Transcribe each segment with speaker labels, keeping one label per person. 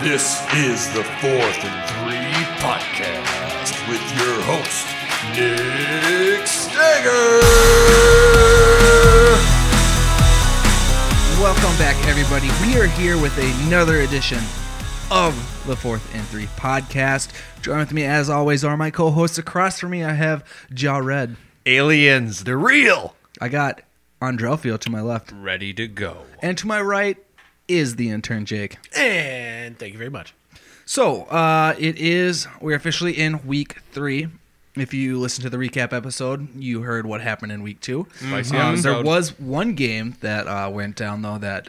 Speaker 1: This is the Fourth and Three Podcast with your host, Nick Steger.
Speaker 2: Welcome back, everybody. We are here with another edition of the Fourth and Three podcast. Join with me, as always, are my co-hosts. Across from me, I have Ja Red.
Speaker 3: Aliens, they're real.
Speaker 2: I got Andrelfio to my left,
Speaker 3: Ready to go.
Speaker 2: and to my right is the intern Jake.
Speaker 3: And thank you very much.
Speaker 2: So uh, it is. We're officially in week three. If you listen to the recap episode, you heard what happened in week two.
Speaker 3: Spicy
Speaker 2: Um, there
Speaker 3: episode.
Speaker 2: was one game that uh, went down though that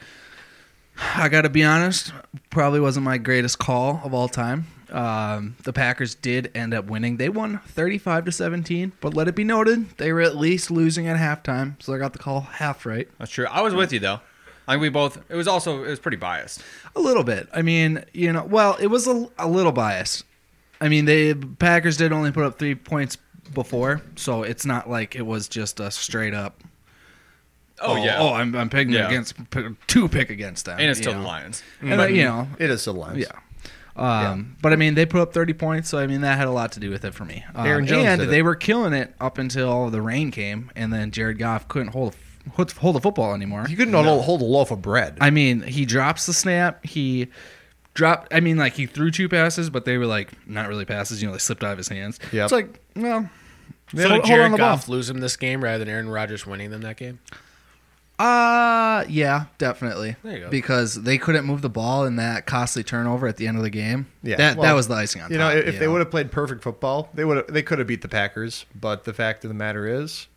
Speaker 2: I got to be honest, probably wasn't my greatest call of all time. Um, the Packers did end up winning. They won 35 to 17, but let it be noted they were at least losing at halftime, so I got the call half right.
Speaker 3: That's true. I was with you though. I think we both. It was also it was pretty biased.
Speaker 2: A little bit. I mean, you know, well, it was a, a little biased. I mean, the Packers did only put up three points before, so it's not like it was just a straight up.
Speaker 3: Oh, yeah.
Speaker 2: Oh, I'm, I'm picking
Speaker 3: Yeah.
Speaker 2: against two pick against them,
Speaker 3: and it's
Speaker 2: you
Speaker 3: still the
Speaker 2: know.
Speaker 3: Lions.
Speaker 2: And uh, you know,
Speaker 4: It is still Lions.
Speaker 2: yeah. Um, But I mean, they put up 30 points, so I mean that had a lot to do with it for me. Um,
Speaker 4: Aaron Jones
Speaker 2: and
Speaker 4: did it.
Speaker 2: they were killing it up until the rain came, and then Jared Goff couldn't hold hold, hold the football anymore.
Speaker 4: You couldn't hold- hold a loaf of bread.
Speaker 2: I mean, he drops the snap. He dropped. I mean, like he threw two passes, but they were like not really passes. You know, they slipped out of his hands.
Speaker 4: Yep.
Speaker 2: It's like well,
Speaker 5: So
Speaker 2: hold-
Speaker 5: did
Speaker 2: hold on
Speaker 5: Jared
Speaker 2: the
Speaker 5: Goff lose him this game rather than Aaron Rodgers winning them that game?
Speaker 2: Uh yeah, definitely.
Speaker 5: There you go.
Speaker 2: Because they couldn't move the ball in that costly turnover at the end of the game.
Speaker 4: Yeah,
Speaker 2: that that
Speaker 4: well,
Speaker 2: was the icing on
Speaker 4: you know,
Speaker 2: top.
Speaker 4: if they would have played perfect football, they would have they could have beat the Packers. But the fact of the matter is,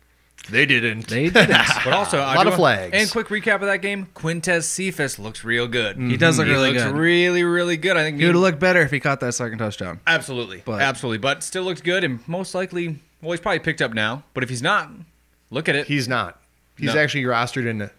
Speaker 1: They didn't.
Speaker 2: they didn't.
Speaker 3: But also a
Speaker 4: lot of flags.
Speaker 3: And quick recap of that game: Quintez Cephas looks real good.
Speaker 5: Mm-hmm.
Speaker 3: He
Speaker 2: does look really
Speaker 3: looks
Speaker 2: good.
Speaker 3: Really, really good. I think
Speaker 2: He
Speaker 3: he,
Speaker 2: would have looked better if he caught that second touchdown.
Speaker 3: absolutely,
Speaker 2: But-
Speaker 3: absolutely, but still looks good and most likely. Well, he's probably picked up now. But if he's not, look at it.
Speaker 4: he's not. He's
Speaker 3: No.
Speaker 4: actually rostered in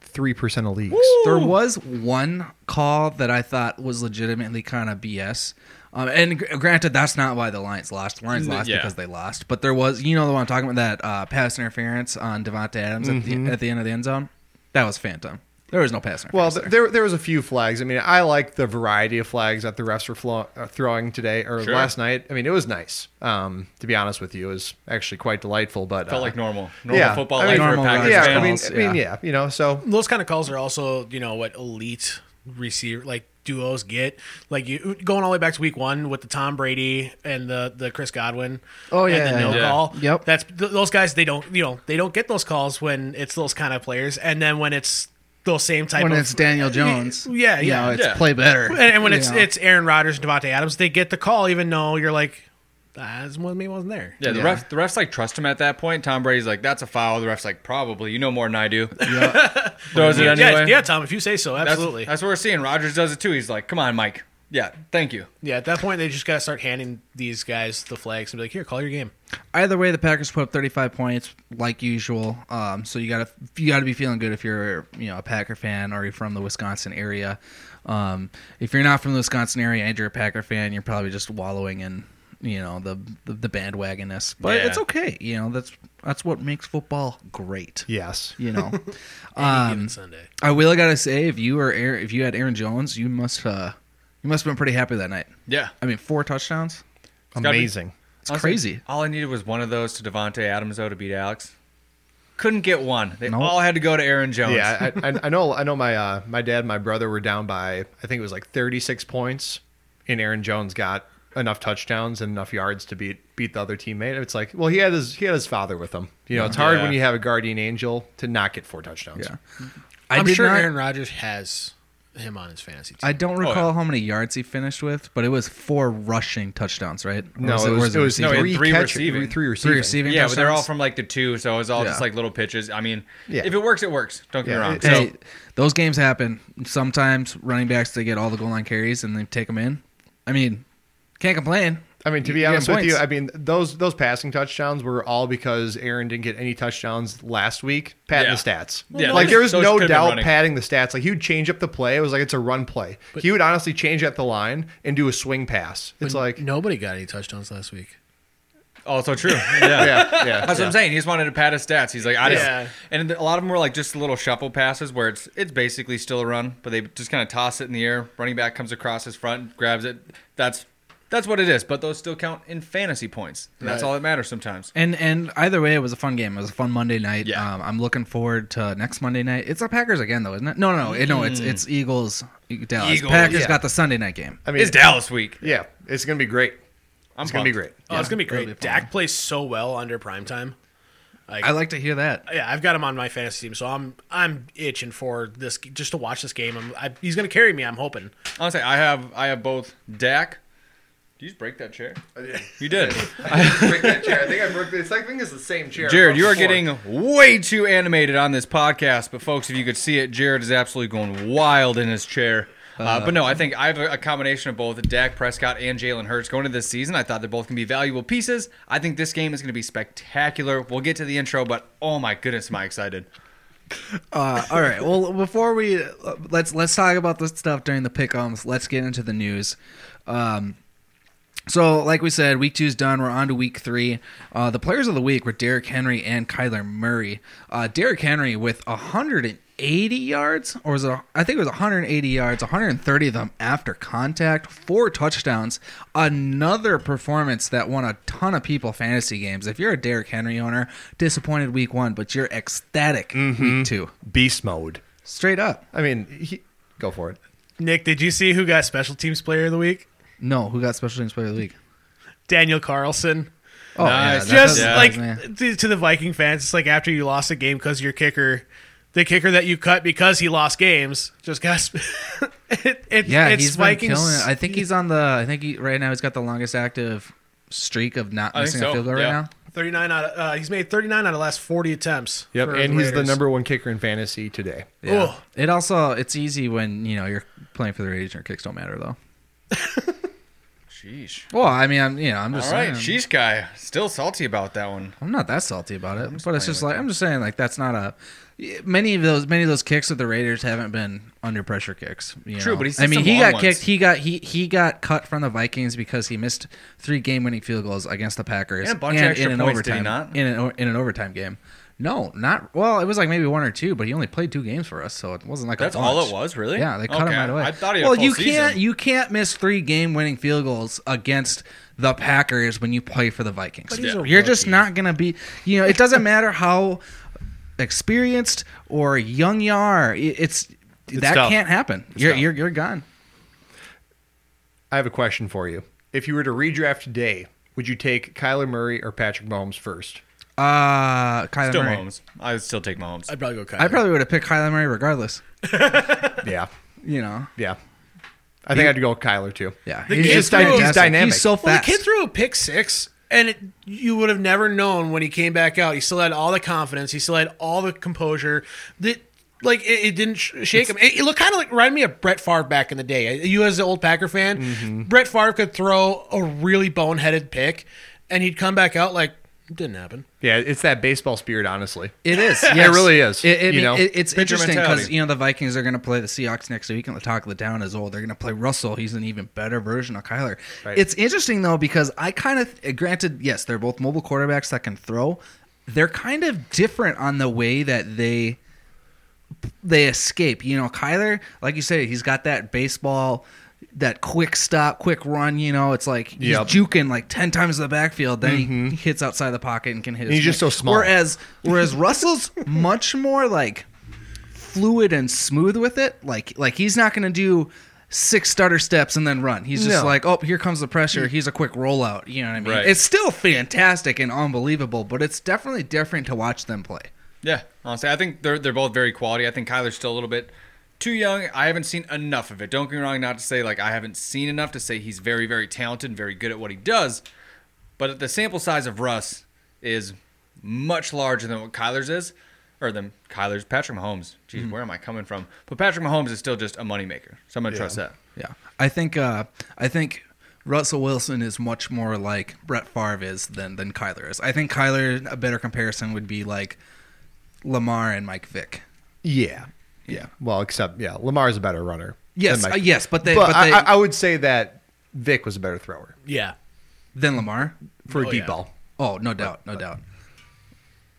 Speaker 4: three percent of leagues.
Speaker 2: There was one call that I thought was legitimately kind of BS. Um, and gr- granted, that's not why the Lions lost. The Lions
Speaker 3: N-
Speaker 2: lost
Speaker 3: yeah.
Speaker 2: because they lost. But there was, you know, the one I'm talking about that uh, pass interference on Devonta Adams at, the, at the end of the end zone. That was phantom. There was no pass interference. there.
Speaker 4: Well, th- there there was a few flags. I mean, I like the variety of flags that the refs were flo- uh, throwing today or
Speaker 3: Sure.
Speaker 4: last night. I mean, it was nice. Um, to be honest with you, it was actually quite deligful. But
Speaker 3: felt
Speaker 4: uh,
Speaker 3: like normal, normal
Speaker 4: yeah,
Speaker 3: football
Speaker 4: I
Speaker 3: life
Speaker 4: mean,
Speaker 3: for a
Speaker 2: normal
Speaker 3: Packers
Speaker 4: Yeah,
Speaker 2: Packers
Speaker 3: fan.
Speaker 4: I mean,
Speaker 2: calls,
Speaker 4: I mean,
Speaker 2: yeah.
Speaker 4: yeah, you know. So
Speaker 5: Those kind of calls are also, you know, what elite receiver like duos get. Like you going all the way back to week one with the Tom Brady and the the Chris Godwin.
Speaker 2: Oh, yeah,
Speaker 5: and the no
Speaker 3: yeah.
Speaker 5: call.
Speaker 2: Yep.
Speaker 5: that's th- those guys. They don't, you know, they don't get those calls when it's those kind of players, and then when it's those same type
Speaker 2: when
Speaker 5: of
Speaker 2: it's Daniel Jones,
Speaker 5: yeah,
Speaker 2: you
Speaker 5: yeah,
Speaker 2: know, it's
Speaker 3: yeah.
Speaker 2: play better.
Speaker 5: And, and when
Speaker 2: you
Speaker 5: it's
Speaker 2: know.
Speaker 5: it's Aaron Rodgers and Devontae Adams, they get the call, even though you're like, ah, this one maybe wasn't there.
Speaker 3: Yeah, the
Speaker 2: Yeah.
Speaker 3: ref the refs like trust him at that point. Tom Brady's like, that's a foul. The ref's like, probably, you know more than I do. Throws it
Speaker 5: Yeah,
Speaker 3: anyway.
Speaker 5: yeah, Tom, if you say so,
Speaker 3: that's,
Speaker 5: absolutely.
Speaker 3: That's what we're seeing. Rogers does it too. He's like, come on, Mike. Yeah, thank you.
Speaker 5: Yeah, at that point, they just got to start handing these guys the flags and be like, here, call your game.
Speaker 2: either way, the Packers put up 35 points like usual. Um, so you gotta you gotta be feeling good if you're you know a Packer fan or you're from the Wisconsin area. Um, if you're not from the Wisconsin area and you're a Packer fan, you're probably just wallowing in you know the the, the bandwagonness. But
Speaker 3: Yeah.
Speaker 2: it's okay. You know that's that's what makes football great.
Speaker 4: yes,
Speaker 2: You know, Um,
Speaker 5: Any given Sunday.
Speaker 2: I will gotta say if you were Aaron, if you had Aaron Jones, you must uh you must have been pretty happy that night.
Speaker 3: Yeah.
Speaker 2: I mean, four touchdowns.
Speaker 3: gotta be-
Speaker 4: amazing.
Speaker 2: It's crazy.
Speaker 3: All I needed was one of those to Devontae Adams, though, to beat Alex. Couldn't get one. They
Speaker 2: Nope.
Speaker 3: all had to go to Aaron Jones.
Speaker 4: Yeah, I, I, I know. I know. My uh, my dad, and my brother were down by I think it was like 36 points, and Aaron Jones got enough touchdowns and enough yards to beat beat the other teammate. It's like, well, he had his he had his father with him. You know, it's hard
Speaker 3: Yeah.
Speaker 4: when you have a guardian angel to not get four touchdowns.
Speaker 2: Yeah.
Speaker 5: I'm
Speaker 2: did
Speaker 5: sure
Speaker 2: not-
Speaker 5: Aaron Rodgers has him on his fantasy team.
Speaker 2: I don't
Speaker 3: Oh, yeah.
Speaker 2: recall how many yards he finished with, but it was four rushing touchdowns, right? Or
Speaker 4: No, it
Speaker 2: or
Speaker 4: was, it was
Speaker 3: No, he
Speaker 2: receiving?
Speaker 3: had
Speaker 4: three,
Speaker 3: three
Speaker 4: catch-
Speaker 3: receiving.
Speaker 4: three
Speaker 2: three
Speaker 4: receiving.
Speaker 2: receiving.
Speaker 3: Yeah, but they're all
Speaker 2: touchdowns?
Speaker 3: from like the two, so it was all
Speaker 2: Yeah.
Speaker 3: just like little pitches. I mean,
Speaker 4: Yeah.
Speaker 3: if it works, it works. Don't get
Speaker 4: Yeah,
Speaker 3: me wrong.
Speaker 4: it-
Speaker 3: So,
Speaker 2: Hey, those games happen. Sometimes running backs they get all the goal line carries and they take them in. I mean, can't complain.
Speaker 4: I mean, to be
Speaker 2: You get
Speaker 4: honest with you,
Speaker 2: points.
Speaker 4: I mean those those passing touchdowns were all because Aaron didn't get any touchdowns last week. Patting the
Speaker 3: Yeah.
Speaker 4: stats,
Speaker 3: Yeah,
Speaker 4: like
Speaker 3: those-
Speaker 4: there was
Speaker 3: those
Speaker 4: no
Speaker 3: could've been
Speaker 4: doubt
Speaker 3: running.
Speaker 4: padding the stats. Like he would change up the play. It was like it's a run play. he would honestly change at the line and do a swing pass. It's
Speaker 5: When
Speaker 4: like
Speaker 5: nobody got any touchdowns last week.
Speaker 3: Also true. Yeah.
Speaker 4: Yeah, yeah.
Speaker 3: That's what I'm saying. He just wanted to pad his stats. He's like, I just,
Speaker 5: Yeah.
Speaker 3: and a lot of them were like just little shuffle passes where it's it's basically still a run, but they just kind of toss it in the air. Running back comes across his front, grabs it. That's that's what it is. But those still count in fantasy points. And That's all that matters sometimes.
Speaker 2: And and either way, it was a fun game. It was a fun Monday night.
Speaker 3: Yeah.
Speaker 2: Um, I'm looking forward to next Monday night. It's a Packers again, though, isn't it? No, no, no. It- no it's it's Eagles. Dallas.
Speaker 3: Mm. Eagles,
Speaker 2: Packers
Speaker 4: yeah.
Speaker 2: got the Sunday night game.
Speaker 4: I mean,
Speaker 3: it's Dallas week.
Speaker 4: Yeah, it's gonna be great.
Speaker 3: I'm
Speaker 4: It's gonna be
Speaker 3: pumped.
Speaker 4: great.
Speaker 5: Oh, it's gonna be
Speaker 2: it'll
Speaker 5: great.
Speaker 2: be fun.
Speaker 5: Dak plays so well under prime time.
Speaker 2: I like to hear that.
Speaker 5: Yeah, I've got him on my fantasy team, so I'm I'm itching for this just to watch this game. I'm, I, he's gonna carry me. I'm hoping.
Speaker 3: Honestly, I have I have both Dak. Did you just break that chair? You did.
Speaker 4: break that chair. I think I broke this. I think it's the same chair.
Speaker 3: Jared, you are getting way too animated on this podcast, but folks, if you could see it, Jared is absolutely going wild in his chair. Uh, but no, I think I have a, a combination of both Dak Prescott and Jalen Hurts going into this season. I thought they're both going to be valuable pieces. I think this game is going to be spectacular. We'll get to the intro, but oh my goodness, am I excited!
Speaker 2: Uh, all right. Well, before we uh, let's let's talk about this stuff during the pickums. Let's get into the news. Um, so, like we said, week two's done. We're on to week three. Uh, the players of the week were Derrick Henry and Kyler Murray. Uh, Derrick Henry with 180 yards, or was it? I think it was 180 yards. 130 of them after contact. Four touchdowns. Another performance that won a ton of people fantasy games. If you're a Derrick Henry owner, disappointed week one, but you're ecstatic week two.
Speaker 4: beast mode.
Speaker 2: Straight up.
Speaker 4: I mean, he, go for it.
Speaker 5: Nick, did you see who got special teams player of the week?
Speaker 2: No, who got special teams player of the week?
Speaker 5: Daniel Carlson.
Speaker 2: Oh,
Speaker 3: Nice.
Speaker 2: that
Speaker 5: just
Speaker 2: doesn't
Speaker 5: like
Speaker 2: surprise me.
Speaker 5: to, to the Viking fans, it's like after you lost a game because your kicker, the kicker that you cut because he lost games, just got. sp- it, it,
Speaker 2: yeah,
Speaker 5: it's
Speaker 2: he's been
Speaker 5: Vikings.
Speaker 2: killing it. I think he's on the. I think he right now he's got the longest active streak of not
Speaker 3: I think
Speaker 2: missing a
Speaker 3: so,
Speaker 2: field goal right
Speaker 3: yeah.
Speaker 2: now.
Speaker 5: thirty-nine out. Of, uh, he's made thirty-nine out of the last forty attempts.
Speaker 4: Yep,
Speaker 5: for
Speaker 4: and he's the
Speaker 5: Raiders.
Speaker 4: number one kicker in fantasy today.
Speaker 2: Yeah.
Speaker 5: Oh.
Speaker 2: It also it's easy when you know you're playing for the Raiders. and Your kicks don't matter though.
Speaker 3: Sheesh.
Speaker 2: Well, I mean, I'm you know I'm just
Speaker 3: All right,
Speaker 2: saying.
Speaker 3: sheesh, guy, still salty about that one.
Speaker 2: I'm not that salty about it, but it's
Speaker 3: playing
Speaker 2: just
Speaker 3: with
Speaker 2: like I'm just saying like that's not a. Many of those many of those kicks of the Raiders haven't been under pressure kicks. you
Speaker 3: True,
Speaker 2: know.
Speaker 3: but he's
Speaker 2: I mean
Speaker 3: some
Speaker 2: he
Speaker 3: long
Speaker 2: got
Speaker 3: ones.
Speaker 2: kicked. He got he he got cut from the Vikings because he missed three game winning field goals against the Packers
Speaker 3: And a bunch of extra
Speaker 2: in an
Speaker 3: points, did
Speaker 2: overtime
Speaker 3: he not?
Speaker 2: in an o- in an overtime game. No, not well. It was like maybe one or two, but he only played two games for us, so it wasn't like a
Speaker 3: That's
Speaker 2: bunch.
Speaker 3: all it was, really?
Speaker 2: Yeah, they cut
Speaker 3: Okay,
Speaker 2: him right away.
Speaker 3: I thought he had a
Speaker 2: well,
Speaker 3: full
Speaker 2: you
Speaker 3: season.
Speaker 2: can't you can't miss three game winning field goals against the Packers when you play for the Vikings.
Speaker 5: he's a
Speaker 2: You're just not gonna be. You know, it doesn't matter how experienced or young you are. It- It's, that
Speaker 4: tough.
Speaker 2: can't happen. You're,
Speaker 4: tough.
Speaker 2: you're you're gone.
Speaker 4: I have a question for you. If you were to redraft today, would you take Kyler Murray or Patrick Mahomes first?
Speaker 2: Uh, Kyler
Speaker 3: Still
Speaker 2: Murray.
Speaker 3: Mahomes. I would still take Mahomes.
Speaker 5: I'd probably go. Kyler.
Speaker 2: I probably would have picked Kyler Murray regardless.
Speaker 4: Yeah,
Speaker 2: You know,
Speaker 4: yeah. I think I'd go with Kyler too.
Speaker 2: yeah.
Speaker 5: The kid's
Speaker 2: just
Speaker 5: throw- he's
Speaker 2: fantastic.
Speaker 4: dynamic.
Speaker 2: He's so
Speaker 5: Well,
Speaker 2: fast.
Speaker 5: the kid threw a pick six, and it, you would have never known when he came back out. He still had all the confidence. He still had all the composure. That like it, it didn't sh- shake him. It, it looked kind of like reminded me of Brett Favre back in the day. You as an old Packer fan,
Speaker 4: Mm-hmm.
Speaker 5: Brett Favre could throw a really boneheaded pick, and he'd come back out like it didn't happen.
Speaker 4: Yeah, it's that baseball spirit, honestly.
Speaker 2: It is. yes.
Speaker 4: really is,
Speaker 2: It, it,
Speaker 4: you
Speaker 2: it-
Speaker 4: know?
Speaker 2: it- it's
Speaker 3: Pitcher
Speaker 2: interesting because
Speaker 3: mentality.
Speaker 2: you know the Vikings are going to play the Seahawks next week, and the talk of the town is old. They're going to play Russell. He's an even better version of Kyler.
Speaker 4: Right.
Speaker 2: It's interesting though because I kind of granted, yes, they're both mobile quarterbacks that can throw. They're kind of different on the way that they they escape. You know, Kyler, like you said, he's got that baseball. That quick stop, quick run, you know, it's like he's
Speaker 4: Yep. Mm-hmm.
Speaker 2: juking like ten times the backfield. Then he hits outside the pocket and can hit. his
Speaker 4: He's just
Speaker 2: man.
Speaker 4: so small.
Speaker 2: Whereas whereas Russell's much more like fluid and smooth with it. Like like he's not going to do six starter steps and then run. He's just
Speaker 4: No.
Speaker 2: like, oh, here comes the pressure. He's a quick rollout. You know what I mean?
Speaker 3: Right.
Speaker 2: It's still fantastic and unbelievable, but it's definitely different to watch them play.
Speaker 3: Yeah, honestly, I think they're they're both very quality. I think Kyler's still a little bit too young. I haven't seen enough of it. Don't get me wrong, not to say like I haven't seen enough to say he's very very talented and very good at what he does, but the sample size of Russ is much larger than what Kyler's is, or than Kyler's Patrick Mahomes. Jeez,
Speaker 2: Mm-hmm.
Speaker 3: where am I coming from? But Patrick Mahomes is still just a moneymaker, so I'm gonna trust that.
Speaker 2: Yeah, I think uh, I think Russell Wilson is much more like Brett Favre is than than Kyler is. I think Kyler a better comparison would be like Lamar and Mike Vick.
Speaker 4: Yeah,
Speaker 2: Yeah.
Speaker 4: Well, except yeah, Lamar's a better runner.
Speaker 2: Yes,
Speaker 4: than
Speaker 2: uh,
Speaker 4: Mike.
Speaker 2: yes, but they
Speaker 4: but,
Speaker 2: but, they,
Speaker 4: I, I would say that Vic was a better thrower
Speaker 5: Yeah,
Speaker 2: than Lamar.
Speaker 4: for
Speaker 5: Oh,
Speaker 4: a deep
Speaker 5: yeah.
Speaker 4: ball.
Speaker 2: Oh, no doubt, no doubt.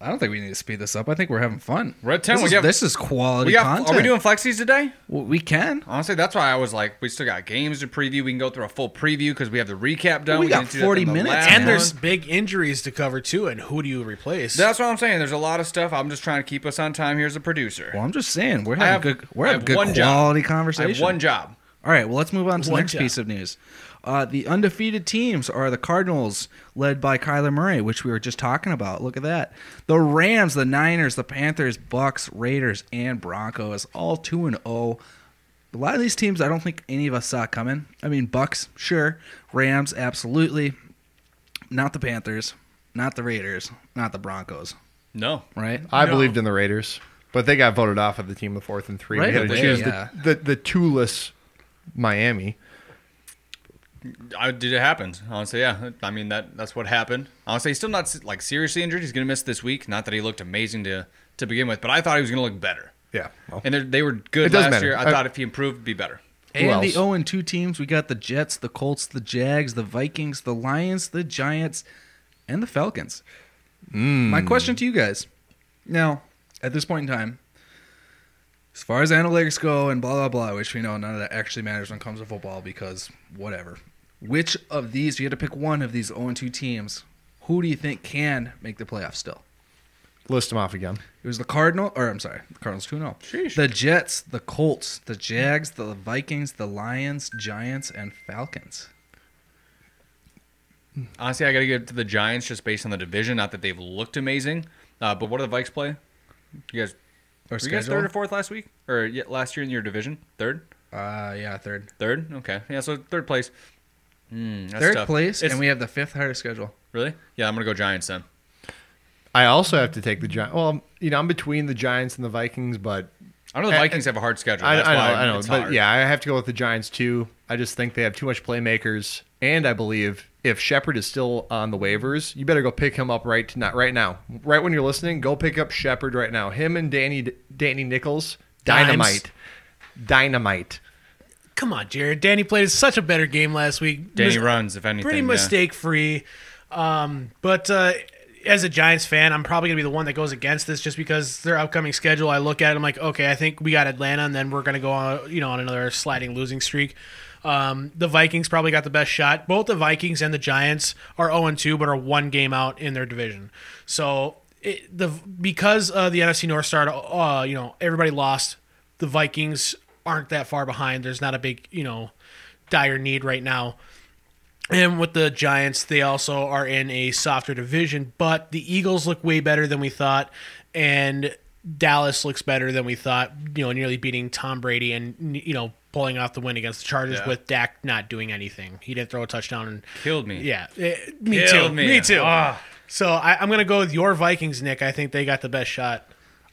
Speaker 2: I don't think we need to speed this up. I think we're having fun.
Speaker 3: We're at 10,
Speaker 2: This,
Speaker 3: we
Speaker 2: is,
Speaker 3: got-
Speaker 2: this is quality
Speaker 3: We got.
Speaker 2: content.
Speaker 3: Are we doing flexies today?
Speaker 2: Well, we can.
Speaker 3: Honestly, that's why I was like, we still got games to preview. We can go through a full preview because we have the recap done.
Speaker 2: We got
Speaker 3: didn't do that
Speaker 2: 40
Speaker 3: from the
Speaker 2: minutes,
Speaker 3: last
Speaker 2: man.
Speaker 5: And there's
Speaker 3: one.
Speaker 5: big injuries to cover too, and who do you replace?
Speaker 3: That's what I'm saying. There's a lot of stuff. I'm just trying to keep us on time here as a producer.
Speaker 2: Well, I'm just saying we're
Speaker 3: I
Speaker 2: having
Speaker 3: have-
Speaker 2: good. We're
Speaker 3: I
Speaker 2: having
Speaker 3: have
Speaker 2: good
Speaker 3: one job.
Speaker 2: quality
Speaker 3: I
Speaker 2: conversation.
Speaker 3: have one job.
Speaker 2: All right, well, let's move on to the
Speaker 5: One
Speaker 2: next
Speaker 5: job.
Speaker 2: piece of news. Uh, the undefeated teams are the Cardinals, led by Kyler Murray, which we were just talking about. Look at that. The Rams, the Niners, the Panthers, Bucks, Raiders, and Broncos, all 2 and 0. A lot of these teams I don't think any of us saw coming. I mean, Bucks, sure. Rams, absolutely. Not the Panthers, not the Raiders, not the Broncos,
Speaker 3: No.
Speaker 2: right?
Speaker 4: I believed in the Raiders, but they got voted off at the team of fourth and three.
Speaker 2: Right
Speaker 4: we had to
Speaker 2: away,
Speaker 4: choose
Speaker 2: yeah.
Speaker 4: the, the the two-less Miami.
Speaker 3: I did it happen. Honestly, yeah. I mean that that's what happened. Honestly, he's still not like seriously injured. He's gonna miss this week. Not that he looked amazing to to begin with, but I thought he was gonna look better.
Speaker 4: Yeah, well,
Speaker 3: And they're- they were
Speaker 4: It
Speaker 3: good
Speaker 4: doesn't
Speaker 3: last
Speaker 4: matter. Uh,
Speaker 3: year. I,
Speaker 4: I-
Speaker 3: thought if he improved, it'd be better.
Speaker 4: Who
Speaker 2: And the
Speaker 4: else?
Speaker 2: 0 and 2 teams, we got the Jets, the Colts, the Jags, the Vikings, the Lions, the Giants, and the Falcons.
Speaker 4: Hmm.
Speaker 2: My question to you guys now, at this point in time, as far as analytics go and blah, blah, blah, which we know none of that actually matters when it comes to football because whatever. Which of these, you had to pick one of these 0 and 2 teams, who do you think can make the playoffs still?
Speaker 4: list them off again.
Speaker 2: It was the Cardinal, or I'm sorry, the Cardinals 2 0. The Jets, the Colts, the Jags, the Vikings, the Lions, Giants, and Falcons.
Speaker 3: Honestly, I gotta give it to the Giants just based on the division. Not that they've looked amazing, uh, but what do the Vikes play? You guys,
Speaker 2: Or
Speaker 3: were you guys
Speaker 2: schedule?
Speaker 3: third or fourth last week, or yeah, last year in your division? Third,
Speaker 2: Uh, yeah, third.
Speaker 3: third. Okay, yeah. So third place. Mm, that's
Speaker 2: third
Speaker 3: tough.
Speaker 2: place,
Speaker 3: It's-
Speaker 2: and we have the fifth hardest schedule.
Speaker 3: really. Yeah, I'm gonna go Giants then.
Speaker 4: I also have to take the Giants. Well, you know, I'm between the Giants and the Vikings, but
Speaker 3: I know the
Speaker 4: I-
Speaker 3: Vikings have a hard schedule.
Speaker 4: I,
Speaker 3: That's
Speaker 4: I
Speaker 3: why
Speaker 4: know, I know,
Speaker 3: it's
Speaker 4: but
Speaker 3: hard.
Speaker 4: yeah, I have to go with the Giants too. I just think they have too much playmakers, and I believe if Shepard is still on the waivers, you better go pick him up right not right now, right when you're listening. Go pick up Shepard right now. Him and Danny Danny Nichols,
Speaker 5: Dimes.
Speaker 4: dynamite, dynamite.
Speaker 5: Come on, Jared. Danny played such a better game last week.
Speaker 3: Danny
Speaker 5: Mis-
Speaker 3: runs if anything.
Speaker 5: pretty
Speaker 3: yeah.
Speaker 5: mistake free. Um, but uh, as a Giants fan, I'm probably gonna be the one that goes against this just because their upcoming schedule. I look at it, I'm like, okay, I think we got Atlanta, and then we're gonna go on, you know, on another sliding losing streak. Um, the Vikings probably got the best shot. Both the Vikings and the Giants are 0 2, but are one game out in their division. So it, the because uh, the NFC North started, uh, you know, everybody lost. The Vikings aren't that far behind. There's not a big, you know, dire need right now. And with the Giants, they also are in a softer division, but the Eagles look way better than we thought, and Dallas looks better than we thought. You know, nearly beating Tom Brady and you know pulling off the win against the Chargers
Speaker 3: Yeah.
Speaker 5: with Dak not doing anything. He didn't throw a touchdown, and
Speaker 3: Killed me.
Speaker 5: yeah, eh, me
Speaker 3: Killed
Speaker 5: too,
Speaker 3: me.
Speaker 5: me, too.
Speaker 3: Ah.
Speaker 5: So I, I'm gonna go with your Vikings, Nick. I think they got the best shot.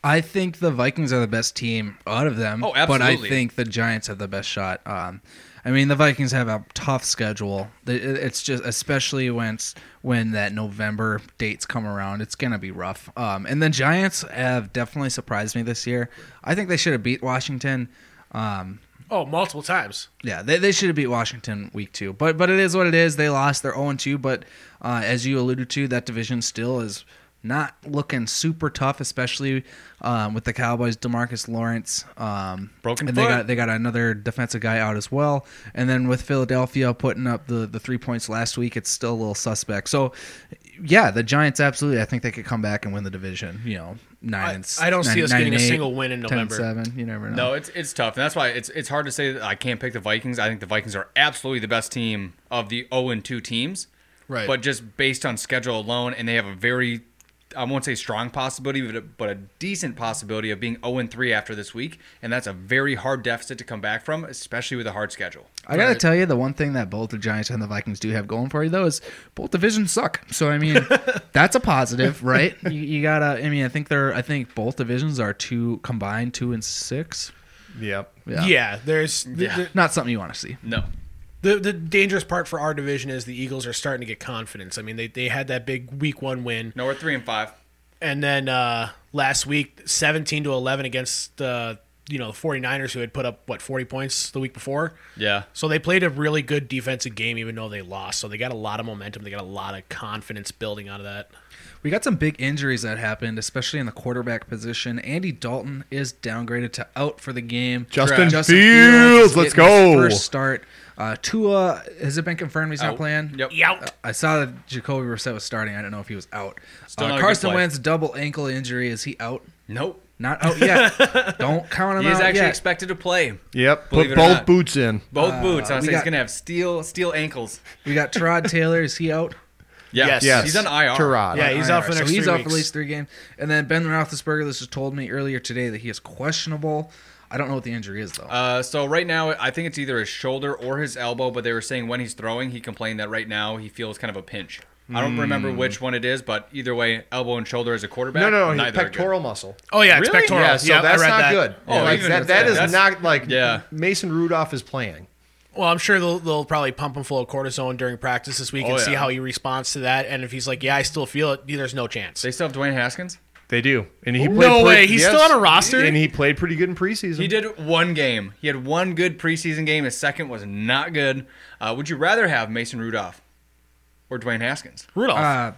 Speaker 2: I think the Vikings are the best team out of them.
Speaker 3: Oh,
Speaker 2: But
Speaker 3: absolutely.
Speaker 2: I think the Giants have the best shot. Um, I mean, the Vikings have a tough schedule. They- it- It's just, especially when it's- when that November dates come around, it's gonna be rough. Um, and the Giants have definitely surprised me this year. I think they should have beat Washington. Um,
Speaker 5: Oh, multiple times.
Speaker 2: yeah, they, they should have beat Washington week two, but but it is what it is. They lost. They're zero two, but uh, as you alluded to, that division still is not looking super tough, especially um, with the Cowboys, Demarcus Lawrence, um,
Speaker 3: Broken
Speaker 2: and they
Speaker 3: foot.
Speaker 2: got they got another defensive guy out as well, and then with Philadelphia putting up the the three points last week, it's still a little suspect. So. Yeah, the Giants absolutely. I think they could come back and win the division. You know, nine
Speaker 5: I-
Speaker 2: and s-
Speaker 5: I don't see
Speaker 2: nine-
Speaker 5: us
Speaker 2: nine
Speaker 5: getting a
Speaker 2: and eight,
Speaker 5: single win in
Speaker 2: 10 and
Speaker 5: November.
Speaker 2: Seven, you never know.
Speaker 3: No, it's it's tough, and that's why it's it's hard to say that I can't pick the Vikings. I think the Vikings are absolutely the best team of the 0 and 2 teams.
Speaker 5: Right.
Speaker 3: But just based on schedule alone, and they have a very, I won't say strong possibility, but a, but a decent possibility of being 0 and 3 after this week, and that's a very hard deficit to come back from, especially with a hard schedule.
Speaker 2: I gotta tell you, the one thing that both the Giants and the Vikings do have going for you, though, is both divisions suck. So I mean, that's a positive, right? You, you gotta. I mean, I think they're. I think both divisions are two combined, two and six.
Speaker 4: Yep.
Speaker 5: Yeah, there's the, the,
Speaker 2: Not something you want to see.
Speaker 3: No.
Speaker 5: The, the dangerous part for our division is the Eagles are starting to get confidence. I mean, they, they had that big week one win,
Speaker 3: No, we're 3 and 5.
Speaker 5: and then uh, last week, seventeen to eleven against uh, you know, the 49ers who had put up what 40 points the week before.
Speaker 3: Yeah.
Speaker 5: So they played a really good defensive game even though they lost. So they got a lot of momentum, they got a lot of confidence building out of that.
Speaker 2: We got some big injuries that happened, especially in the quarterback position. Andy Dalton is downgraded to out for the game.
Speaker 4: Justin Fields,
Speaker 2: is
Speaker 4: let's
Speaker 2: getting his
Speaker 4: go.
Speaker 2: First start. Uh, Tua, has it been confirmed he's
Speaker 3: Out.
Speaker 2: not playing?
Speaker 3: Yep.
Speaker 5: Yout.
Speaker 2: I saw that Jacoby Brissett was starting. I don't know if he was out.
Speaker 3: Still not a
Speaker 2: Uh,
Speaker 3: good
Speaker 2: Carson
Speaker 3: play.
Speaker 2: Wentz double ankle injury. Is he out?
Speaker 3: Nope.
Speaker 2: Not out yet. don't count him
Speaker 3: He is
Speaker 2: out
Speaker 3: actually
Speaker 2: yet.
Speaker 3: expected to play.
Speaker 4: Yep.
Speaker 3: Believe
Speaker 4: Put
Speaker 3: it or
Speaker 4: both
Speaker 3: not.
Speaker 4: boots in.
Speaker 3: Both boots. I
Speaker 2: Uh, we
Speaker 3: was saying he's
Speaker 2: got-
Speaker 3: gonna have steel steel ankles.
Speaker 2: we got Trod Taylor. Is he out?
Speaker 3: Yeah.
Speaker 5: Yes.
Speaker 4: Yes.
Speaker 3: He's on IR.
Speaker 4: Terod.
Speaker 5: Yeah, he's out for the
Speaker 2: So
Speaker 5: next
Speaker 2: he's
Speaker 5: three
Speaker 2: out for at
Speaker 5: weeks.
Speaker 2: least three games. And then Ben Roethlisberger, this just told me earlier today that he is questionable. I don't know what the injury is though.
Speaker 3: Uh, so right now, I think it's either his shoulder or his elbow. But they were saying when he's throwing, he complained that right now he feels kind of a pinch. I don't remember which one it is, but either way, elbow and shoulder as a quarterback.
Speaker 4: Hmm. No, no, no.
Speaker 3: neither
Speaker 4: his
Speaker 3: are good.
Speaker 4: Pectoral muscle.
Speaker 5: Oh yeah, it's
Speaker 3: Really?
Speaker 5: pectoral.
Speaker 4: Yeah, Uh, so
Speaker 5: I
Speaker 4: that's
Speaker 5: read
Speaker 4: not
Speaker 5: that.
Speaker 4: good.
Speaker 3: Oh,
Speaker 4: like
Speaker 3: even
Speaker 4: that,
Speaker 3: with
Speaker 4: that
Speaker 3: that,
Speaker 4: is
Speaker 3: that's-
Speaker 4: not like
Speaker 3: Yeah.
Speaker 4: Mason Rudolph is playing.
Speaker 5: Well, I'm sure they'll, they'll probably pump him full of cortisone during practice this week
Speaker 3: Oh,
Speaker 5: and see
Speaker 3: yeah.
Speaker 5: how he responds to that. And if he's like, "Yeah, I still feel it," there's no chance.
Speaker 3: They still have Dwayne Haskins.
Speaker 4: They do, and he
Speaker 5: No
Speaker 4: played
Speaker 5: way, he's still on a roster?
Speaker 4: and he played pretty good in preseason.
Speaker 3: He did one game. He had one good preseason game. His second was not good. Uh, would you rather have Mason Rudolph or Dwayne Haskins?
Speaker 5: Rudolph.
Speaker 2: uh,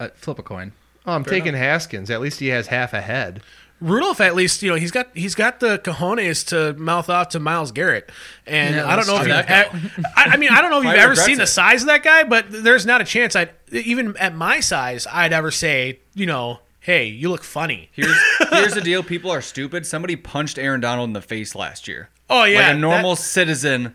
Speaker 2: uh, flip a coin.
Speaker 4: Oh, I'm taking Haskins. At least he has half a head.
Speaker 5: Rudolph, at least you know he's got he's got the cojones to mouth off to Miles Garrett, and
Speaker 2: Yeah,
Speaker 5: I don't know if
Speaker 2: that's
Speaker 5: you've,
Speaker 3: true.
Speaker 5: e- I, I mean I don't know if you've
Speaker 3: Probably
Speaker 5: ever
Speaker 3: regrets
Speaker 5: seen the
Speaker 3: it.
Speaker 5: size of that guy, but there's not a chance I'd even at my size I'd ever say you know hey you look funny.
Speaker 3: Here's here's the deal. People are stupid. Somebody punched Aaron Donald in the face last year.
Speaker 5: Oh yeah,
Speaker 3: like a normal
Speaker 5: that-
Speaker 3: citizen.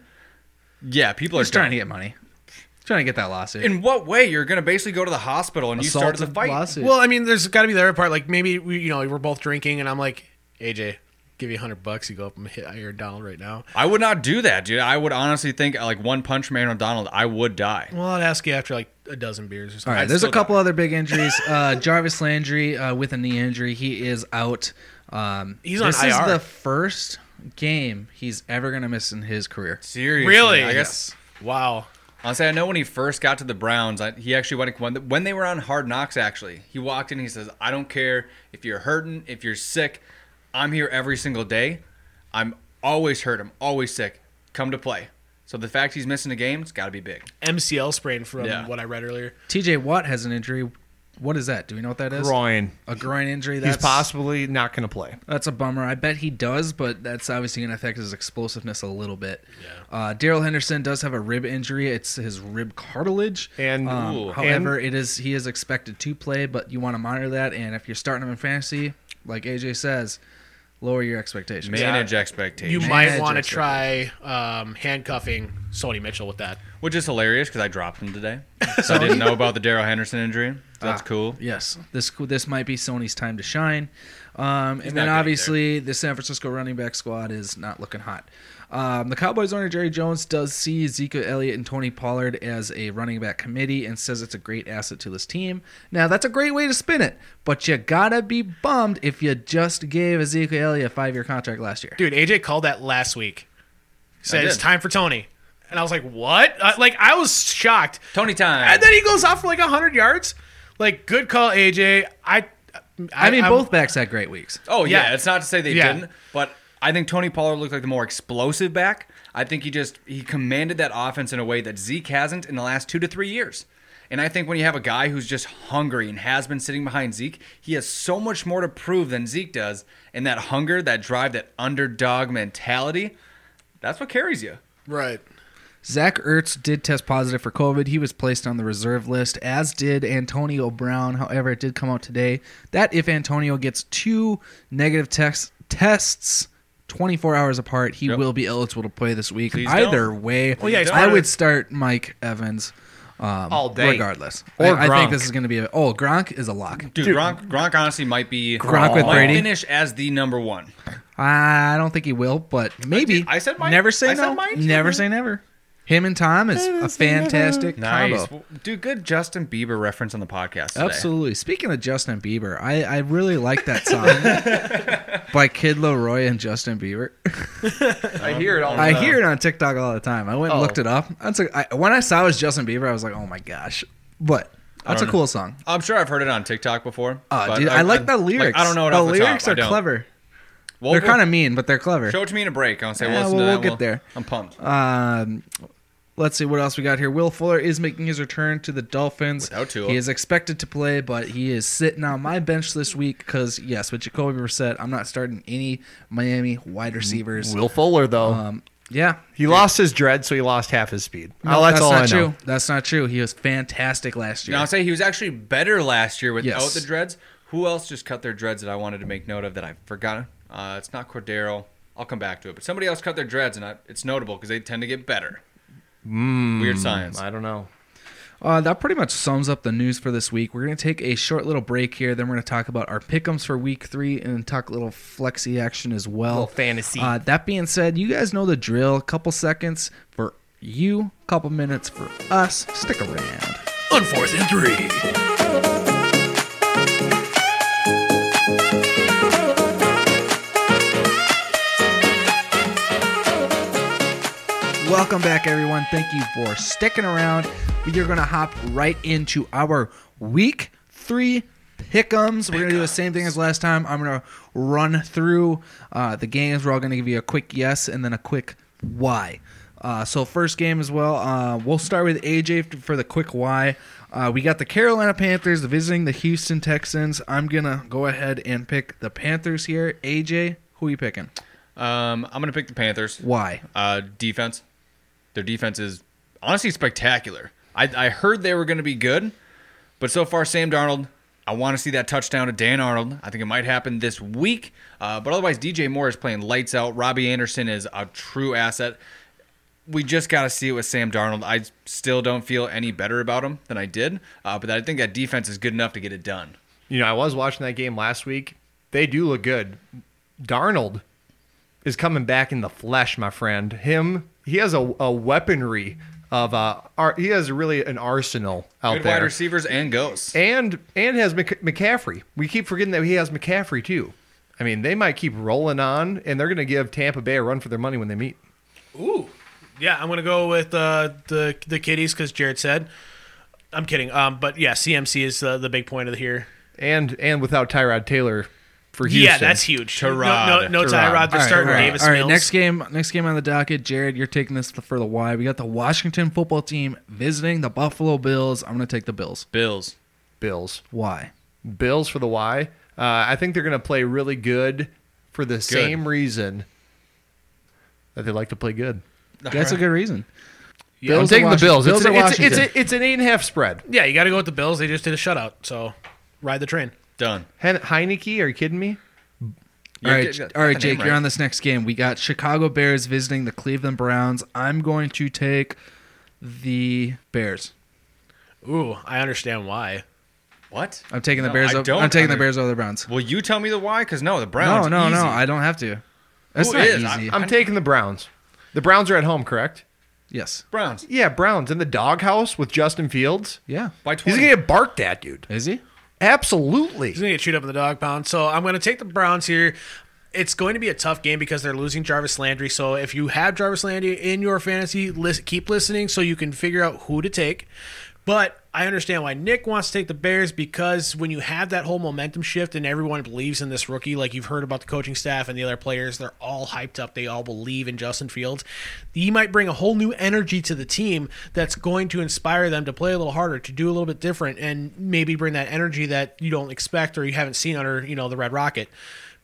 Speaker 3: Yeah, people are
Speaker 2: He's trying to
Speaker 3: dumb.
Speaker 2: get money. He's trying to get that lawsuit.
Speaker 3: In what way you're going to basically go to the hospital and you started the
Speaker 2: Assaulted
Speaker 3: fight?
Speaker 2: lawsuit.
Speaker 5: well, I mean there's got to be the other part like maybe we you know we're both drinking and I'm like AJ give you hundred bucks you go up and hit Iron Donald right now.
Speaker 3: I would not do that, dude. I would honestly think like one punch man on Donald, I would die.
Speaker 5: Well, I'd ask you after like a dozen beers or
Speaker 2: All
Speaker 5: something.
Speaker 2: right,
Speaker 3: I'd
Speaker 2: there's a
Speaker 3: still
Speaker 2: couple other big injuries. Uh, Jarvis Landry uh, with a knee injury, he is out. Um,
Speaker 5: He's on
Speaker 2: this
Speaker 5: IR.
Speaker 2: is the first game he's ever going to miss in his career.
Speaker 3: Seriously,
Speaker 5: Really?
Speaker 3: I guess
Speaker 5: Wow.
Speaker 3: honestly, I know when he first got to the Browns, I, he actually went when, when they were on Hard Knocks. Actually, he walked in. He says, "I don't care if you're hurting, if you're sick. I'm here every single day. I'm always hurt. I'm always sick. Come to play." So the fact he's missing a game, it's got to be big.
Speaker 5: MCL sprain from
Speaker 3: Yeah.
Speaker 5: what I read earlier.
Speaker 2: TJ Watt has an injury. What is that? Do we know what that is?
Speaker 4: Groin.
Speaker 2: A groin injury.
Speaker 4: He's
Speaker 2: That's
Speaker 4: possibly not going to play.
Speaker 2: That's a bummer. I bet he does, but that's obviously going to affect his explosiveness a little bit. Uh, Daryl Henderson does have a rib injury. It's his rib cartilage.
Speaker 4: And-
Speaker 2: Um,
Speaker 4: Ooh.
Speaker 2: however, it is he is expected to play, but you want to monitor that. And if you're starting him in fantasy, like AJ says, lower your expectations.
Speaker 3: Manage expectations,
Speaker 5: you
Speaker 2: Manage
Speaker 5: might want to
Speaker 2: it.
Speaker 5: try um, handcuffing Sony Mitchell with that.
Speaker 3: which is hilarious because I dropped him today, so I didn't know about the Daryl Henderson injury. So that's
Speaker 2: Ah,
Speaker 3: cool.
Speaker 2: Yes, this this might be Sony's time to shine. Um, and
Speaker 3: not
Speaker 2: then
Speaker 3: getting
Speaker 2: obviously the San Francisco running back squad is not looking hot. Um, the Cowboys owner Jerry Jones does see Zeke Elliott and Tony Pollard as a running back committee and says it's a great asset to this team. Now that's a great way to spin it, but you gotta be bummed if you just gave Ezekiel Elliott a five year contract last year.
Speaker 5: Dude, AJ called that last week. Said it's
Speaker 3: did.
Speaker 5: time for Tony. And I was like, what? Uh, like, I was shocked.
Speaker 3: Tony time.
Speaker 5: And then he goes off for like 100 yards. Like, good call, AJ. I.
Speaker 2: I, mean,
Speaker 5: I'm-
Speaker 2: both backs had great weeks.
Speaker 3: Oh yeah.
Speaker 5: Yeah.
Speaker 3: it's not to say they
Speaker 5: Yeah.
Speaker 3: didn't, but I think Tony Pollard looked like the more explosive back. I think he just he commanded that offense in a way that Zeke hasn't in the last two to three years. And I think when you have a guy who's just hungry and has been sitting behind Zeke, he has so much more to prove than Zeke does. And that hunger, that drive, that underdog mentality, that's what carries you.
Speaker 5: Right.
Speaker 2: Zach Ertz did test positive for COVID. He was placed on the reserve list, as did Antonio Brown. However, it did come out today that if Antonio gets two negative tests, tests 24 hours apart, he will be eligible to play this week.
Speaker 3: Please
Speaker 2: Either way,
Speaker 5: yeah, he's
Speaker 2: I
Speaker 5: part of-
Speaker 2: would start Mike Evans
Speaker 4: All
Speaker 2: Um, regardless.
Speaker 4: Or
Speaker 2: I, I think
Speaker 4: Gronk.
Speaker 2: this is going to be a. Oh, Gronk is a lock.
Speaker 3: Dude, Gronk, Gronk honestly might be
Speaker 2: Gronk with
Speaker 3: might
Speaker 2: Brady?
Speaker 3: finish as the number one.
Speaker 2: I don't think he will, but maybe.
Speaker 3: I said Mike.
Speaker 2: Never say
Speaker 3: I
Speaker 2: no.
Speaker 3: said Mike.
Speaker 2: Never say never. Him and Tom is a fantastic
Speaker 3: Nice.
Speaker 2: combo.
Speaker 3: Dude, good Justin Bieber reference on the podcast. Today.
Speaker 2: Absolutely. Speaking of Justin Bieber, I, I really like that song by Kid Leroy and Justin Bieber.
Speaker 4: I hear it all.
Speaker 2: I hear it on TikTok all the time. I went and
Speaker 4: Oh.
Speaker 2: looked it up. That's a, I, when I saw it was Justin Bieber, I was like, oh my gosh. But that's a cool song.
Speaker 3: I'm sure I've heard it on TikTok before.
Speaker 2: Uh,
Speaker 3: but
Speaker 2: dude, I, like the lyrics.
Speaker 3: I don't know it
Speaker 2: The
Speaker 3: off the top.
Speaker 2: lyrics
Speaker 3: I
Speaker 2: are
Speaker 3: don't.
Speaker 2: clever.
Speaker 3: Well,
Speaker 2: they're
Speaker 3: we'll-
Speaker 2: kind of mean, but they're clever.
Speaker 3: Show it to me in a break. I'll say,
Speaker 2: Yeah,
Speaker 3: well, listen
Speaker 2: well,
Speaker 3: to
Speaker 2: we'll
Speaker 3: that.
Speaker 2: get there.
Speaker 3: I'm pumped.
Speaker 2: Um, let's see what else we got here. Will Fuller is making his return to the Dolphins.
Speaker 3: Without Tua.
Speaker 2: He is expected to play, but he is sitting on my bench this week because yes, with Jacoby Brissett, I'm not starting any Miami wide receivers.
Speaker 4: Will Fuller though,
Speaker 2: Um, yeah,
Speaker 4: he lost his dread, so he lost half his speed. Oh,
Speaker 2: No,
Speaker 4: that's, all
Speaker 2: not
Speaker 4: I know.
Speaker 2: true. That's not true. He was fantastic last year.
Speaker 3: Now, I'll say he was actually better last year without
Speaker 2: Yes.
Speaker 3: the dreads. Who else just cut their dreads that I wanted to make note of that I've forgotten? Uh, it's not Cordero. I'll come back to it. But somebody else cut their dreads, and I, it's notable because they tend to get better.
Speaker 2: Hmm.
Speaker 3: Weird science.
Speaker 4: I don't know.
Speaker 2: Uh, that pretty much sums up the news for this week. We're going to take a short little break here. Then we're going to talk about our pickums for week three and talk a little flexi action as well.
Speaker 4: Little fantasy.
Speaker 2: Uh, that being said, you guys know the drill. Couple seconds for you, couple minutes for us. Stick around.
Speaker 5: On fourth and three.
Speaker 2: Welcome back, everyone. Thank you for sticking around. You're going to hop right into our week three pickums. We're going to do the same thing as last time. I'm going to run through uh, the games. We're all going to give you a quick yes and then a quick why. Uh, so, first game as well. Uh, we'll start with AJ f- for the quick why. Uh, we got the Carolina Panthers visiting the Houston Texans. I'm going to go ahead and pick the Panthers here. AJ, who are you picking?
Speaker 3: Um, I'm going to pick the Panthers.
Speaker 2: Why?
Speaker 3: Uh, defense. Their defense is honestly spectacular. I, I heard they were going to be good, but so far, Sam Darnold, I want to see that touchdown to Dan Arnold. I think it might happen this week. Uh, but otherwise, DJ Moore is playing lights out. Robbie Anderson is a true asset. We just got to see it with Sam Darnold. I still don't feel any better about him than I did, uh, but I think that defense is good enough to get it done.
Speaker 4: You know, I was watching that game last week. They do look good. Darnold is coming back in the flesh, my friend. Him, he has a, a weaponry of uh, ar- he has really an arsenal out
Speaker 3: Good
Speaker 4: there.
Speaker 3: wide receivers and ghosts.
Speaker 4: and and has Mc- McCaffrey. We keep forgetting that he has McCaffrey too. I mean, they might keep rolling on, and they're going to give Tampa Bay a run for their money when they meet.
Speaker 5: Ooh. Yeah, I'm gonna go with uh, the the kiddies because Jared said. I'm kidding. Um, but yeah, CMC is the the big point of the here.
Speaker 4: And and without Tyrod Taylor for Houston,
Speaker 5: Yeah, that's huge. No, no,
Speaker 3: Tyrod.
Speaker 5: no
Speaker 4: Tyrod.
Speaker 5: Tyrod. They're
Speaker 2: All right,
Speaker 5: starting
Speaker 2: all right,
Speaker 5: Davis
Speaker 2: all right,
Speaker 5: Mills.
Speaker 2: next game. Next game on the docket. Jared, you're taking this for the why. We got the Washington football team visiting the Buffalo Bills. I'm going to take the Bills.
Speaker 3: Bills.
Speaker 4: Bills.
Speaker 2: Why?
Speaker 4: Bills for the Y. Uh, I think they're going to play really good for the same reason that they like to play good.
Speaker 2: That's a good reason. are
Speaker 4: I'm taking the
Speaker 2: Washington-
Speaker 4: Bills.
Speaker 2: Bills
Speaker 4: it's,
Speaker 2: are
Speaker 4: an, it's, it's,
Speaker 2: Washington.
Speaker 4: a, it's an eight and a half spread.
Speaker 5: Yeah, you got to go with the Bills. They just did a shutout, so ride the train.
Speaker 3: Done.
Speaker 4: Hen- Heineke, are you kidding me?
Speaker 2: All
Speaker 3: You
Speaker 2: right,
Speaker 3: got-
Speaker 2: all right,
Speaker 3: got the
Speaker 2: Jake,
Speaker 3: name
Speaker 2: you're
Speaker 3: right.
Speaker 2: on this next game. We got Chicago Bears visiting the Cleveland Browns. I'm going to take the Bears.
Speaker 5: Ooh, I understand why.
Speaker 3: What?
Speaker 2: I'm taking the
Speaker 3: No,
Speaker 2: Bears.
Speaker 3: I
Speaker 2: Over,
Speaker 3: don't
Speaker 2: I'm taking the
Speaker 3: under-
Speaker 2: Bears over the Browns.
Speaker 3: Will you tell me the why? Because no, the
Speaker 2: No,
Speaker 3: Browns.
Speaker 2: no,
Speaker 3: easy.
Speaker 2: no. I don't have to. That's
Speaker 3: Who
Speaker 2: not
Speaker 3: is?
Speaker 2: easy.
Speaker 3: I'm-
Speaker 4: I'm taking the Browns. The Browns are at home, correct?
Speaker 2: yes.
Speaker 3: Browns
Speaker 4: Yeah, Browns in the doghouse with Justin Fields.
Speaker 2: Yeah.
Speaker 3: by
Speaker 4: He's
Speaker 3: twenty.
Speaker 4: going to get barked at, dude.
Speaker 2: Is he?
Speaker 4: Absolutely.
Speaker 5: He's gonna get chewed up in the dog pound. So I'm gonna take the Browns here. It's going to be a tough game because they're losing Jarvis Landry. So if you have Jarvis Landry in your fantasy, list, keep listening so you can figure out who to take. But I understand why Nick wants to take the Bears because when you have that whole momentum shift and everyone believes in this rookie, like you've heard about the coaching staff and the other players, they're all hyped up. They all believe in Justin Fields. He might bring a whole new energy to the team that's going to inspire them to play a little harder, to do a little bit different, and maybe bring that energy that you don't expect or you haven't seen under, you know, the Red Rocket.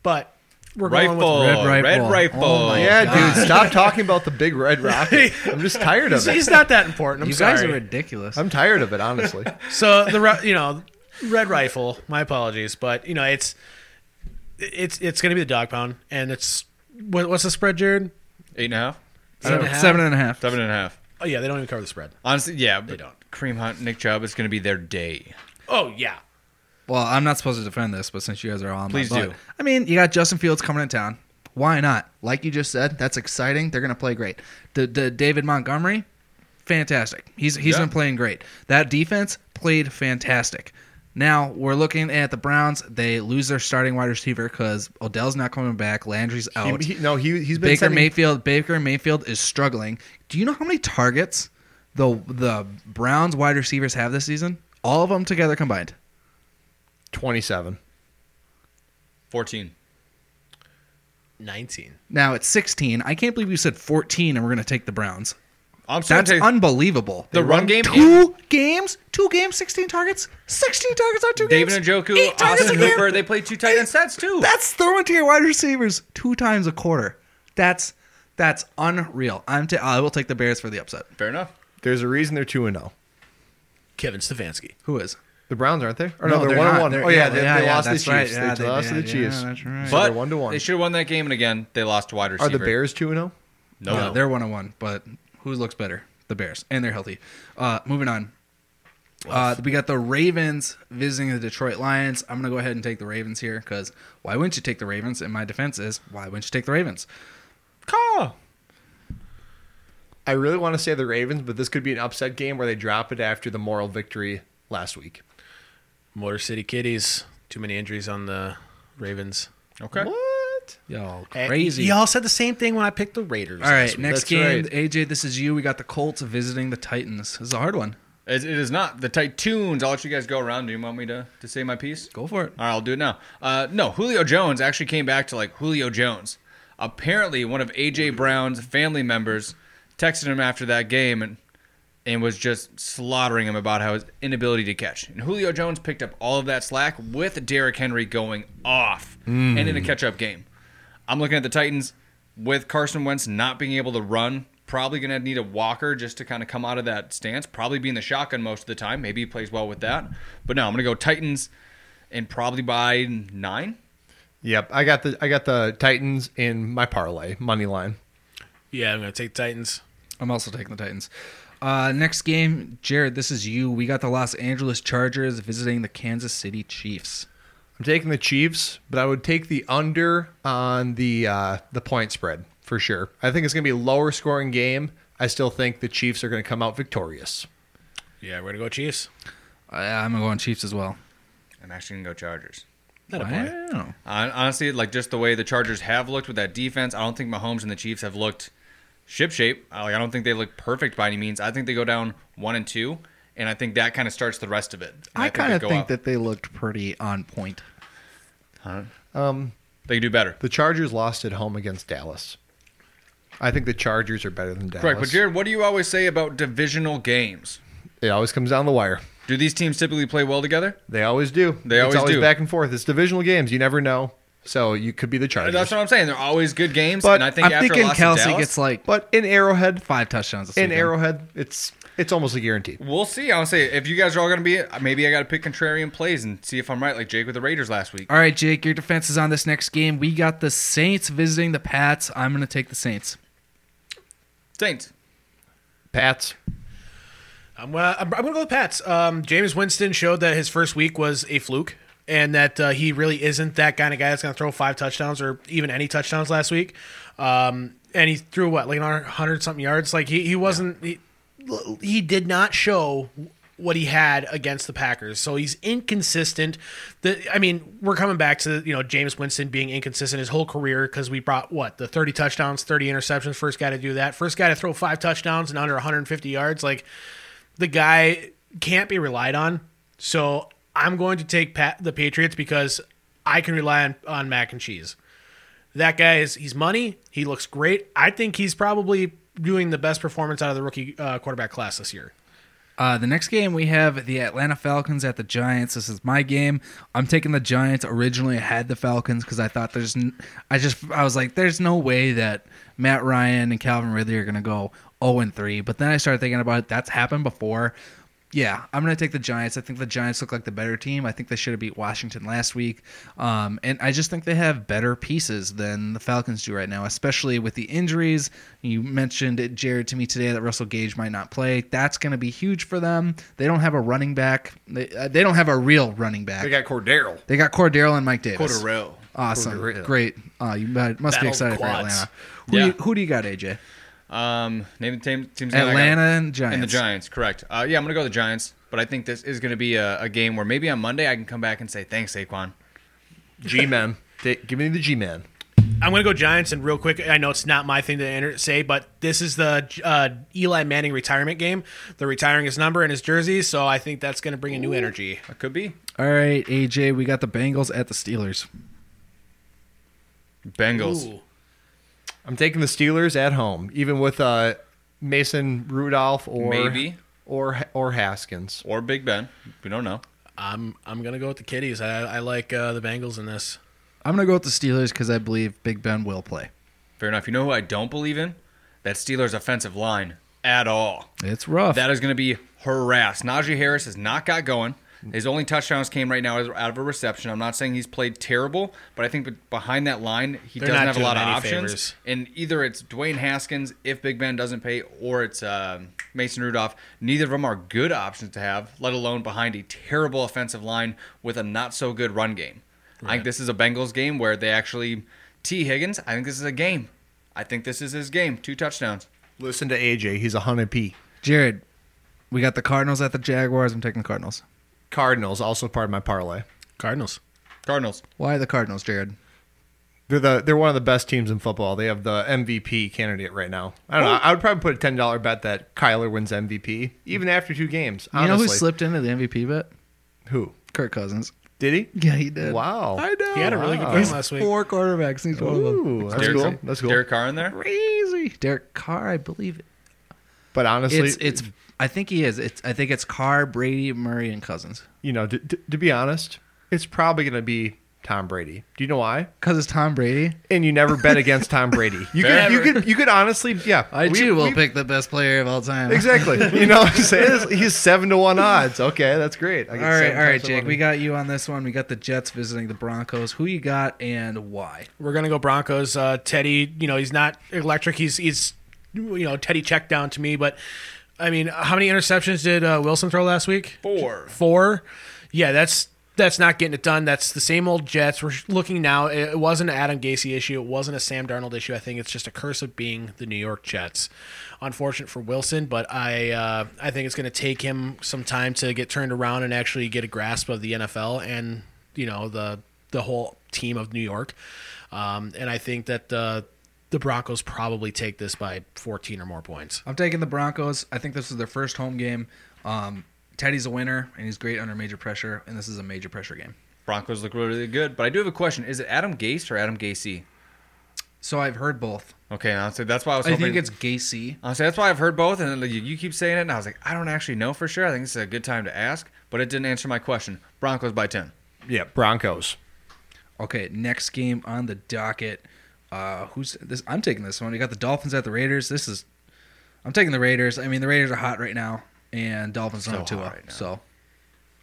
Speaker 5: But we're going
Speaker 3: rifle.
Speaker 5: with
Speaker 2: Red
Speaker 3: Red
Speaker 2: Rifle.
Speaker 3: rifle.
Speaker 2: Oh my
Speaker 4: yeah, dude, stop talking about the big red rocket. I'm just tired of
Speaker 5: He's
Speaker 4: it.
Speaker 5: not that important. I'm
Speaker 2: You
Speaker 5: sorry.
Speaker 2: guys are ridiculous.
Speaker 4: I'm tired of it, honestly.
Speaker 5: So the ri- you know, red rifle. My apologies, but you know it's it's it's going to be the dog pound, and it's what, what's the spread, Jared?
Speaker 3: Eight and a half.
Speaker 5: Seven and a half?
Speaker 2: Seven and a half.
Speaker 3: Seven and a half.
Speaker 5: Oh yeah, they don't even cover the spread.
Speaker 3: Honestly, yeah, they
Speaker 5: don't.
Speaker 3: Cream Hunt, Nick Chubb is going to be their day.
Speaker 5: Oh yeah,
Speaker 2: Well, I'm not supposed to defend this, but since you guys are on,
Speaker 3: Please
Speaker 2: my butt-
Speaker 3: do.
Speaker 2: I mean, you got Justin Fields coming in town. Why not? Like you just said, that's exciting. They're going to play great. The, the David Montgomery, fantastic. He's he's
Speaker 3: Yeah.
Speaker 2: been playing great. That defense played fantastic. Now we're looking at the Browns. They lose their starting wide receiver because Odell's not coming back. Landry's out.
Speaker 4: He- he- no, he, he's been
Speaker 2: Baker
Speaker 4: sending-
Speaker 2: Mayfield. Baker Mayfield is struggling. Do you know how many targets the the Browns wide receivers have this season? All of them together combined.
Speaker 4: 27.
Speaker 3: Fourteen.
Speaker 5: 19.
Speaker 2: Now it's 16. I can't believe you said 14 and we're going to take the Browns.
Speaker 3: I'm sorry.
Speaker 2: That's unbelievable.
Speaker 3: the run game.
Speaker 2: two games, two games, 16 targets, 16 targets on two
Speaker 3: David
Speaker 2: games.
Speaker 3: Njoku,
Speaker 2: eight targets
Speaker 3: Austin
Speaker 2: a game.
Speaker 3: Hooper, they play two tight end sets too.
Speaker 2: That's throwing to your wide receivers two times a quarter. That's that's unreal. I'm t- I will take the Bears for the upset.
Speaker 3: Fair enough.
Speaker 4: There's a reason they're 2 and 0.
Speaker 5: Kevin Stefanski.
Speaker 2: Who is?
Speaker 4: The Browns, aren't they? Or
Speaker 2: No,
Speaker 4: no, they're
Speaker 2: they're
Speaker 4: 1
Speaker 2: not.
Speaker 4: 1.
Speaker 2: They're-
Speaker 4: Oh, yeah,
Speaker 2: yeah,
Speaker 4: they, they
Speaker 2: yeah, yeah,
Speaker 4: lost to the
Speaker 2: that's right.
Speaker 4: Chiefs.
Speaker 2: Yeah,
Speaker 4: they,
Speaker 2: they
Speaker 4: lost to the
Speaker 2: did. Yeah,
Speaker 4: Chiefs.
Speaker 2: that's right.
Speaker 4: So
Speaker 3: But
Speaker 4: they're 1 to 1.
Speaker 3: They should have won that game, and again, they lost wide
Speaker 4: Are
Speaker 3: receiver.
Speaker 4: the Bears oh? 2 0?
Speaker 3: No,
Speaker 2: Yeah, they're one on one, but who looks better? The Bears, and they're healthy. Uh, moving on. Uh, we got the Ravens visiting the Detroit Lions. I'm gonna go ahead and take the Ravens here because why wouldn't you take the Ravens? And my defense is why wouldn't you take the Ravens?
Speaker 3: call.
Speaker 4: I really want to say the Ravens, but this could be an upset game where they drop it after the moral victory last week.
Speaker 5: Motor City Kitties. Too many injuries on the Ravens.
Speaker 3: Okay.
Speaker 4: What?
Speaker 2: Yo, crazy.
Speaker 5: Y'all said the same thing when I picked the Raiders.
Speaker 2: All right,
Speaker 5: last week.
Speaker 2: next
Speaker 4: Eh, That's
Speaker 2: game,
Speaker 4: right.
Speaker 2: AJ. This is you. We got the Colts visiting the Titans. This is a hard one.
Speaker 3: It, it is not the Titans. I'll let you guys go around. Do you want me to, to say my piece?
Speaker 2: Go for it.
Speaker 3: All right, I'll do it now. Uh, no, Julio Jones actually came back to like Julio Jones. Apparently, one of AJ Brown's family members texted him after that game and and was just slaughtering him about how his inability to catch. And Julio Jones picked up all of that slack with Derrick Henry going off and in a catch up game. I'm looking at the Titans with Carson Wentz not being able to run. Probably going to need a walker just to kind of come out of that stance. Probably be in the shotgun most of the time. Maybe he plays well with that. But no, I'm going to go Titans and probably by nine.
Speaker 4: Yep, I got the I got the Titans in my parlay money line.
Speaker 5: Yeah, I'm going to take Titans.
Speaker 2: I'm also taking the Titans. Uh, next game, Jared. This is you. We got the Los Angeles Chargers visiting the Kansas City Chiefs.
Speaker 4: I'm taking the Chiefs, but I would take the under on the uh, the point spread for sure. I think it's going to be a lower scoring game. I still think the Chiefs are going to come out victorious.
Speaker 5: Yeah, we're going to go Chiefs.
Speaker 2: I, I'm going Chiefs as well.
Speaker 3: I'm actually going to go Chargers.
Speaker 5: Not a play.
Speaker 2: Wow.
Speaker 3: Hon- Honestly, like just the way the Chargers have looked with that defense, I don't think Mahomes and the Chiefs have looked ship shape. Like, I don't think they look perfect by any means. I think they go down one and two, and I think that kind of starts the rest of it. And
Speaker 2: I
Speaker 3: they
Speaker 2: kind of
Speaker 3: go
Speaker 2: think
Speaker 3: out-
Speaker 2: that they looked pretty on point.
Speaker 3: they can do better.
Speaker 4: The Chargers lost at home against Dallas. I think the Chargers are better than Dallas.
Speaker 3: Correct. But Jared, what do you always say about divisional games?
Speaker 4: it always comes down the wire.
Speaker 3: Do these teams typically play well together?
Speaker 4: They always do.
Speaker 3: They always
Speaker 4: it's always
Speaker 3: do.
Speaker 4: back and forth. It's divisional games. You never know. So you could be the Chargers.
Speaker 3: That's what I'm saying. They're always good games,
Speaker 4: But
Speaker 3: and I think
Speaker 2: I'm
Speaker 3: after a
Speaker 2: thinking
Speaker 3: loss to
Speaker 2: Kelsey
Speaker 3: Dallas-
Speaker 2: gets like
Speaker 4: but in Arrowhead,
Speaker 2: five touchdowns. This
Speaker 4: in
Speaker 2: weekend.
Speaker 4: Arrowhead, it's it's almost a guarantee.
Speaker 3: We'll see. I'll say if you guys are all going to be, maybe I got to pick contrarian plays and see if I'm right, like Jake with the Raiders last week.
Speaker 2: All right, Jake, your defense is on this next game. We got the Saints visiting the Pats. I'm going to take the Saints.
Speaker 3: Saints.
Speaker 4: Pats.
Speaker 5: I'm, uh, I'm, I'm going to go with Pats. Um, James Winston showed that his first week was a fluke and that uh, he really isn't that kind of guy that's going to throw five touchdowns or even any touchdowns last week. Um, and he threw what, like 100 something yards? Like he, he wasn't, he, he did not show what he had against the Packers. So he's inconsistent. The, I mean, we're coming back to, you know, James Winston being inconsistent his whole career because we brought what, the 30 touchdowns, 30 interceptions, first guy to do that, first guy to throw five touchdowns and under 150 yards. Like, the guy can't be relied on. So I'm going to take Pat, the Patriots because I can rely on, on mac and cheese. That guy is he's money. He looks great. I think he's probably doing the best performance out of the rookie uh, quarterback class this year.
Speaker 2: Uh, the next game we have the Atlanta Falcons at the Giants. This is my game. I'm taking the Giants. Originally, I had the Falcons because I thought there's, n- I just I was like, there's no way that Matt Ryan and Calvin Ridley are gonna go 0 and 3. But then I started thinking about it. That's happened before. Yeah, I'm gonna take the Giants. I think the Giants look like the better team. I think they should have beat Washington last week, um, and I just think they have better pieces than the Falcons do right now, especially with the injuries. You mentioned it, Jared, to me today that Russell Gage might not play. That's gonna be huge for them. They don't have a running back. They, uh, they don't have a real running back. They got,
Speaker 4: Cordero.
Speaker 2: Cordero and Mike Davis.
Speaker 3: Cordero.
Speaker 2: Awesome,
Speaker 4: Cordero.
Speaker 2: great. Uh, you might- must be
Speaker 5: Battle
Speaker 2: excited
Speaker 5: of
Speaker 2: for
Speaker 5: quads.
Speaker 2: Atlanta. Who, do
Speaker 3: Yeah.
Speaker 2: you, who do you got, AJ?
Speaker 3: Um, name the team, teams. that I got.
Speaker 2: Atlanta and Giants.
Speaker 3: and the Giants. Correct. Uh, yeah, I'm going to go with the Giants, but I think this is going to be a, a game where maybe on Monday I can come back and say thanks, Saquon.
Speaker 4: G-man. Take- Give me the G-man.
Speaker 5: I'm going to go Giants, and real quick, I know it's not my thing to enter, say, but this is the uh, Eli Manning retirement game. They're retiring his number and his jersey, so I think that's going to bring a new energy.
Speaker 3: That could be
Speaker 2: All right, AJ, we got the Bengals at the Steelers.
Speaker 3: Bengals.
Speaker 5: Ooh.
Speaker 4: I'm taking the Steelers at home, even with uh, Mason Rudolph or
Speaker 3: Maybe.
Speaker 4: or or Haskins.
Speaker 3: or Big Ben. We don't know.
Speaker 5: I'm I'm gonna go with the Kitties. I, I like uh, the Bengals in this.
Speaker 2: I'm gonna go with the Steelers because I believe Big Ben will play.
Speaker 3: Fair enough. You know who I don't believe in? That Steelers offensive line at all.
Speaker 2: It's rough.
Speaker 3: That is going to be harassed. Najee Harris has not got going. His only touchdowns came right now out of a reception. I'm not saying he's played terrible, but I think be- behind that line, he
Speaker 5: They're
Speaker 3: doesn't
Speaker 5: not
Speaker 3: have a lot of
Speaker 5: doing any
Speaker 3: options.
Speaker 5: favors.
Speaker 3: And either it's Dwayne Haskins if Big Ben doesn't pay, or it's um Mason Rudolph. Neither of them are good options to have, let alone behind a terrible offensive line with a not so good run game. I think this is a Bengals game where they actually T Higgins. I think this is a game. I think this is his game. Two touchdowns.
Speaker 4: Listen to AJ; he's a hundred p.
Speaker 2: Jared, we got the Cardinals at the Jaguars. I'm taking the Cardinals.
Speaker 4: Cardinals also part of my parlay.
Speaker 5: Cardinals.
Speaker 3: Cardinals.
Speaker 2: Why the Cardinals, Jared?
Speaker 4: They're the they're one of the best teams in football. They have the MVP candidate right now. I don't know. I would probably put a ten dollar bet that Kyler wins MVP even after two games.
Speaker 2: You know
Speaker 4: Honestly,
Speaker 2: who slipped into the MVP bet?
Speaker 4: Who?
Speaker 2: Kirk Cousins.
Speaker 4: did he?
Speaker 2: Yeah, he did.
Speaker 4: Wow.
Speaker 2: I know.
Speaker 5: He had a really good
Speaker 4: Wow.
Speaker 5: game last week.
Speaker 2: Four quarterbacks. and He's one of them.
Speaker 4: Ooh, that's
Speaker 3: Derek-
Speaker 4: cool. That's cool.
Speaker 3: Derek Carr in there.
Speaker 2: Crazy. Derek Carr, I believe
Speaker 4: but honestly,
Speaker 2: it's it's. I think he is. It's. I think it's Carr, Brady, Murray, and Cousins.
Speaker 4: you know, to, to, to be honest, it's probably going to be Tom Brady. Do you know why?
Speaker 2: Cause it's Tom Brady.
Speaker 4: And you never bet against Tom Brady. You
Speaker 3: Fair.
Speaker 4: could, you could, you could honestly, yeah.
Speaker 2: I
Speaker 4: we-
Speaker 2: too will
Speaker 4: we-
Speaker 2: pick the best player of all time.
Speaker 4: Exactly. You know, what I'm saying? he's seven to one odds. Okay, that's great. I
Speaker 2: All right, all right, Jake. We got you on this one. We got the Jets visiting the Broncos. Who you got and why?
Speaker 5: We're gonna go Broncos. Uh, Teddy, you know he's not electric. He's he's you know Teddy check down to me, but I mean, how many interceptions did uh, Wilson throw last week?
Speaker 3: Four.
Speaker 5: Four. Yeah, that's that's not getting it done. That's the same old Jets. We're looking now. It it wasn't an Adam Gacy issue. It wasn't a Sam Darnold issue. I think it's just a curse of being the New York Jets. Unfortunate for Wilson, but I uh, I think it's going to take him some time to get turned around and actually get a grasp of the NFL and you know the the whole team of New York. Um, and I think that uh, the Broncos probably take this by 14 or more points.
Speaker 2: I'm taking the Broncos. I think this is their first home game. Um, Teddy's a winner, and he's great under major pressure. And this is a major pressure game.
Speaker 3: Broncos look really good, but I do have a question: Is it Adam Gase or Adam Gacy?
Speaker 2: So I've heard both.
Speaker 3: Okay, honestly, that's why I was.
Speaker 2: I
Speaker 3: Hoping,
Speaker 2: think it's Gacy.
Speaker 3: honestly that's why I've heard both, and then like, you, you keep saying it, and I was like, I don't actually know for sure. I think this is a good time to ask, but it didn't answer my question. Broncos by ten.
Speaker 4: Yeah, Broncos.
Speaker 2: Okay, next game on the docket. Uh, who's this? I'm taking this one. You got the Dolphins at the Raiders. This is. I'm taking the Raiders. I mean, the Raiders are hot right now, and Dolphins don't have Tua.
Speaker 3: hot right now.
Speaker 2: so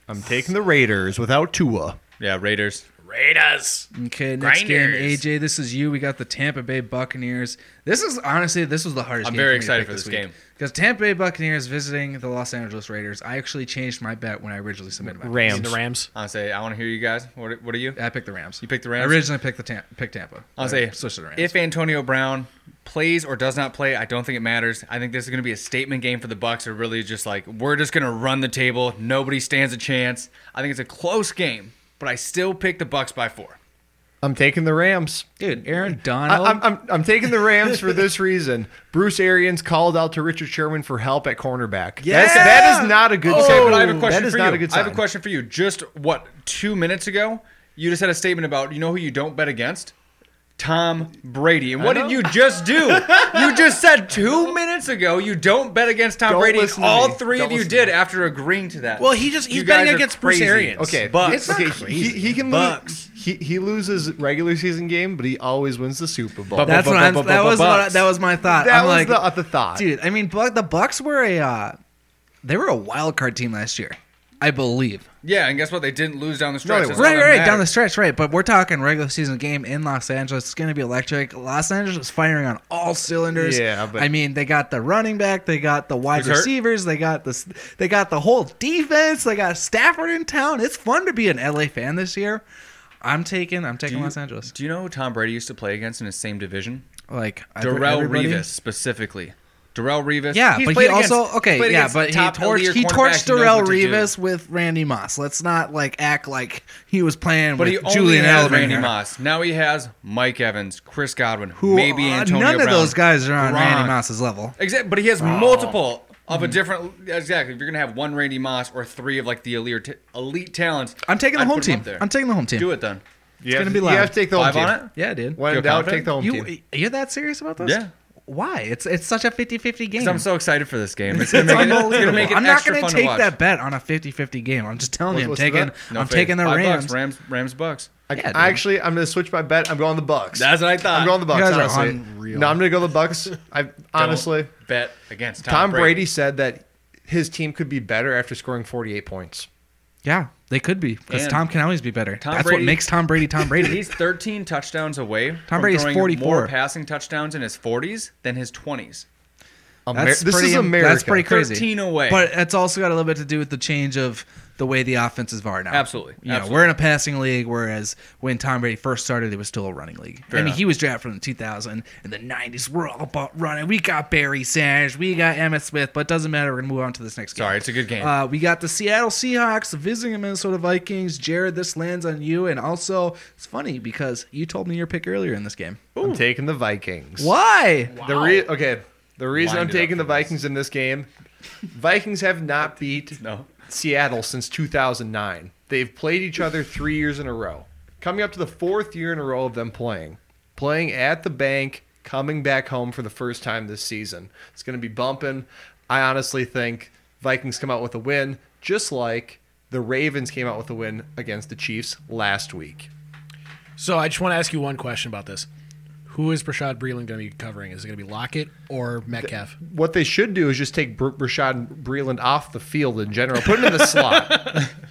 Speaker 4: I'm taking the Raiders without Tua.
Speaker 3: Yeah, Raiders.
Speaker 5: Raiders.
Speaker 2: okay, next
Speaker 5: Grinders.
Speaker 2: game, AJ. This is you. We got the Tampa Bay Buccaneers. This is honestly, this was the hardest.
Speaker 3: I'm
Speaker 2: game
Speaker 3: very
Speaker 2: me to
Speaker 3: excited
Speaker 2: pick
Speaker 3: for this
Speaker 2: week.
Speaker 3: game.
Speaker 2: because Tampa Bay Buccaneers visiting the Los Angeles Raiders. I actually changed my bet when I originally submitted my.
Speaker 4: Rams.
Speaker 5: The Rams.
Speaker 3: Honestly, I want to hear you guys. What What are you?
Speaker 2: I picked the Rams.
Speaker 3: You picked the Rams?
Speaker 2: I originally picked the Tam- picked Tampa.
Speaker 3: I'll
Speaker 2: I
Speaker 3: say
Speaker 2: switched to the Rams.
Speaker 3: if Antonio Brown plays or does not play, I don't think it matters. I think this is going to be a statement game for the Bucks. Are really just like we're just going to run the table. Nobody stands a chance. I think it's a close game, but I still pick the Bucks by four.
Speaker 4: I'm taking the Rams.
Speaker 2: dude, Aaron
Speaker 4: I,
Speaker 2: Donald.
Speaker 4: I'm, I'm, I'm taking the Rams for this reason. Bruce Arians called out to Richard Sherman for help at cornerback. Yeah. That's, that is not a good
Speaker 3: Okay,
Speaker 4: sign.
Speaker 3: Oh, but I have a question
Speaker 4: that is
Speaker 3: for
Speaker 4: not
Speaker 3: you.
Speaker 4: a good
Speaker 3: I have a
Speaker 4: sign.
Speaker 3: question for you. Just what two minutes ago, you just had a statement about you know who you don't bet against. Tom Brady. And what did you just do? you just said two minutes ago you don't bet against Tom
Speaker 4: Don't
Speaker 3: Brady.
Speaker 4: listen to
Speaker 3: All
Speaker 4: me.
Speaker 3: three
Speaker 4: Don't
Speaker 3: of you
Speaker 4: listen to
Speaker 3: did
Speaker 4: me.
Speaker 3: after agreeing to that.
Speaker 5: Well, he just-
Speaker 3: You
Speaker 5: he's
Speaker 3: guys
Speaker 5: betting
Speaker 3: are
Speaker 5: against Bruce
Speaker 3: crazy.
Speaker 5: Arians.
Speaker 4: Okay,
Speaker 3: Bucks.
Speaker 4: okay, he, he can lose.
Speaker 3: Bucks.
Speaker 4: He, he loses regular season game, but he always wins the Super Bowl.
Speaker 3: But-
Speaker 2: That's what I'm, that was what I,
Speaker 3: Bucks.
Speaker 2: that was my thought.
Speaker 4: that
Speaker 2: I'm
Speaker 4: was
Speaker 2: like,
Speaker 4: the, the thought.
Speaker 2: dude. I mean, Buck, the Bucks were a uh, they were a wild card team last year, I believe.
Speaker 3: Yeah, and guess what? They didn't lose down the
Speaker 4: No,
Speaker 3: stretch.
Speaker 4: they
Speaker 3: That's
Speaker 4: weren't.
Speaker 3: all
Speaker 2: Right,
Speaker 3: that
Speaker 2: right, down the
Speaker 3: matters.
Speaker 2: stretch, right. But we're talking regular season game in Los Angeles. It's going to be electric. Los Angeles is firing on all cylinders.
Speaker 4: Yeah, but-
Speaker 2: I mean, they got the running back, they got the wide
Speaker 3: Who's hurt?
Speaker 2: receivers, they got this, they got the whole defense. They got Stafford in town. It's fun to be an LA fan this year. I'm taking, I'm taking
Speaker 3: Do you-
Speaker 2: Los Angeles.
Speaker 3: Do you know who Tom Brady used to play against in his same division?
Speaker 2: Like I-
Speaker 3: Darrell
Speaker 2: everybody-
Speaker 3: Revis specifically. Darrell Revis.
Speaker 2: Yeah,
Speaker 3: He's
Speaker 2: but he
Speaker 3: played against-
Speaker 2: also okay.
Speaker 3: played
Speaker 2: Yeah,
Speaker 3: against
Speaker 2: but he
Speaker 3: top
Speaker 2: torched
Speaker 3: elite
Speaker 2: he
Speaker 3: cornerbacks.
Speaker 2: torched
Speaker 3: He knows
Speaker 2: Darrell
Speaker 3: what to do.
Speaker 2: Revis with Randy Moss. Let's not like act like he was playing
Speaker 3: But
Speaker 2: with
Speaker 3: he only
Speaker 2: Julian
Speaker 3: had
Speaker 2: Edelman
Speaker 3: Randy
Speaker 2: here.
Speaker 3: Moss. Now he has Mike Evans, Chris Godwin,
Speaker 2: Who-
Speaker 3: maybe
Speaker 2: uh,
Speaker 3: Antonio
Speaker 2: none of
Speaker 3: Brown.
Speaker 2: those guys are on Randy
Speaker 3: Gronk.
Speaker 2: Moss's level.
Speaker 3: Exactly, but he has multiple of a different. Exactly, if you're gonna have one Randy Moss or three of like the elite elite talents,
Speaker 2: I'm taking the
Speaker 3: I'd
Speaker 2: home
Speaker 3: put 'em
Speaker 2: team.
Speaker 3: up there.
Speaker 2: I'm taking the home team.
Speaker 3: Do it then.
Speaker 4: You have
Speaker 2: gonna
Speaker 4: to
Speaker 2: be loud.
Speaker 4: You have to take the home
Speaker 3: Five
Speaker 4: team.
Speaker 3: on it?
Speaker 2: Yeah, dude.
Speaker 4: When
Speaker 3: Feel
Speaker 4: in doubt,
Speaker 3: confident?
Speaker 4: take the home
Speaker 2: you
Speaker 4: team.
Speaker 2: you're that serious about this?
Speaker 3: Yeah.
Speaker 2: Why? It's it's such a 50-50 game.
Speaker 3: Because I'm so excited for this game. It's
Speaker 2: It's
Speaker 3: gonna make it, it's
Speaker 2: unbelievable.
Speaker 3: gonna make it
Speaker 2: I'm not
Speaker 3: extra
Speaker 2: going to
Speaker 3: fun to
Speaker 2: take
Speaker 3: watch.
Speaker 2: that bet on a 50-50 game. I'm just telling you, I'm
Speaker 4: What's the
Speaker 2: taking
Speaker 4: bet?
Speaker 3: No
Speaker 2: I'm
Speaker 3: fake.
Speaker 2: taking the
Speaker 3: Five
Speaker 2: Rams.
Speaker 3: Bucks, Rams. Rams. Bucks.
Speaker 4: I,
Speaker 2: Yeah,
Speaker 4: I
Speaker 2: dude.
Speaker 4: actually, I'm gonna switch my bet. I'm going the Bucks.
Speaker 3: That's what I thought.
Speaker 4: I'm going the Bucks.
Speaker 2: guys are
Speaker 4: honestly,
Speaker 2: unreal.
Speaker 4: no, I'm gonna go the Bucks. I
Speaker 3: Don't
Speaker 4: honestly,
Speaker 3: bet against Tom,
Speaker 4: Tom Brady.
Speaker 3: Brady.
Speaker 4: said that his team could be better after scoring 48 points.
Speaker 2: Yeah, they could be because
Speaker 3: And
Speaker 2: Tom can always be better.
Speaker 3: Tom
Speaker 2: That's what
Speaker 3: Brady-
Speaker 2: makes Tom Brady Tom Brady.
Speaker 3: He's 13 touchdowns away. from
Speaker 2: Brady's
Speaker 3: throwing
Speaker 2: 44.
Speaker 3: More passing touchdowns in his 40s than his 20s.
Speaker 4: Amer-
Speaker 2: That's
Speaker 4: this
Speaker 2: pretty,
Speaker 4: is America.
Speaker 2: That's pretty crazy.
Speaker 3: 13 away.
Speaker 2: But it's also got a little bit to do with the change of the way the offenses are now.
Speaker 3: Absolutely.
Speaker 2: You know,
Speaker 3: Absolutely.
Speaker 2: we're in a passing league, whereas when Tom Brady first started, it was still a running league. I mean,
Speaker 3: enough.
Speaker 2: he was drafted from the 2000 and the 90s. We're all about running. We got Barry Sanders. We got Emmett Smith, but it doesn't matter. We're going to move on to this next game.
Speaker 3: Sorry, it's a good game.
Speaker 2: Uh, we got the Seattle Seahawks visiting the Minnesota Vikings. Jared, this lands on you. And also, it's funny because you told me your pick earlier in this game.
Speaker 4: I'm taking the Vikings.
Speaker 2: Why?
Speaker 4: The re- okay, the reason
Speaker 3: Lined it
Speaker 4: I'm
Speaker 3: up
Speaker 4: taking the
Speaker 3: for this.
Speaker 4: Vikings in this game, Vikings have not beat
Speaker 3: No.
Speaker 4: Seattle since 2009. They've played each other three years in a row. Coming up to the fourth year in a row of them playing, playing at the bank, coming back home for the first time this season. It's going to be bumping. I honestly think Vikings come out with a win, just like the Ravens came out with a win against the Chiefs last week.
Speaker 5: So I just want to ask you one question about this. Who is Prashad Breeland going to be covering? Is it going to be Lockett or Metcalf?
Speaker 4: What they should do is just take Br- Rashad Breland off the field in general, put him in the slot.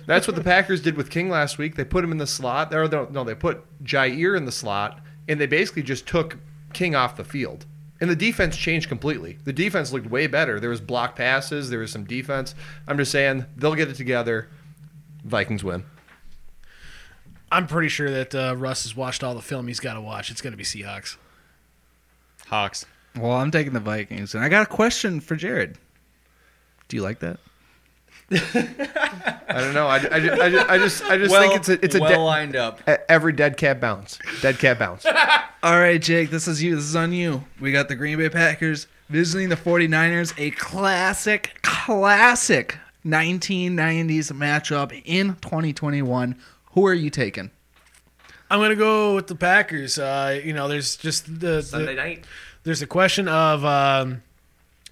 Speaker 4: That's what the Packers did with King last week. They put him in the slot. Or no, no, they put Jair in the slot, and they basically just took King off the field. And the defense changed completely. The defense looked way better. There was block passes. There was some defense. I'm just saying they'll get it together. Vikings win.
Speaker 5: I'm pretty sure that uh, Russ has watched all the film he's got to watch. It's going to be Seahawks.
Speaker 3: Hawks.
Speaker 2: Well, I'm taking the Vikings, and I got a question for Jared. Do you like that?
Speaker 4: I don't know. I, I, ju- I, ju- I just I just
Speaker 3: well,
Speaker 4: think it's a it's a
Speaker 3: well
Speaker 4: de-
Speaker 3: lined up.
Speaker 4: e- every dead cat bounce. Dead cat bounce.
Speaker 2: All right, Jake, this is you. This is on you. We got the Green Bay Packers visiting the 49ers, a classic, classic 1990s matchup in 2021. Who are you taking?
Speaker 5: I'm going to go with the Packers. Uh, you know, there's just the, the
Speaker 6: night.
Speaker 5: there's the question of um,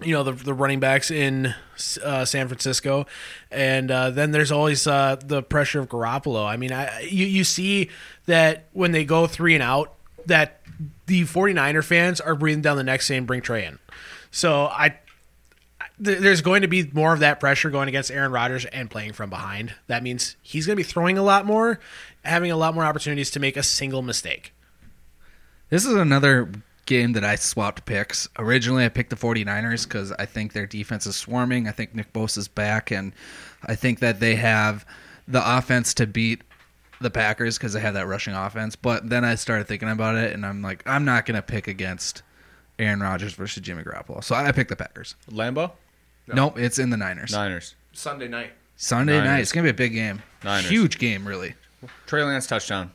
Speaker 5: you know the, the running backs in uh, San Francisco, and uh, then there's always uh, the pressure of Garoppolo. I mean, I you you see that when they go three and out, that the 49er fans are breathing down the neck saying bring Trey in. So I. th- There's going to be more of that pressure going against Aaron Rodgers and playing from behind. That means he's going to be throwing a lot more, having a lot more opportunities to make a single mistake.
Speaker 2: This is another game that I swapped picks. Originally, I picked the 49ers because I think their defense is swarming. I think Nick Bosa's back, and I think that they have the offense to beat the Packers because they have that rushing offense. But then I started thinking about it, and I'm like, I'm not going to pick against Aaron Rodgers versus Jimmy Garoppolo. So I picked the Packers.
Speaker 3: Lambo?
Speaker 2: Nope, it's in the Niners.
Speaker 3: Niners.
Speaker 4: Sunday night.
Speaker 2: Sunday night.
Speaker 3: Niners.
Speaker 2: It's going to be a big game.
Speaker 3: Niners.
Speaker 2: Huge game, really.
Speaker 3: Trey Lance touchdown.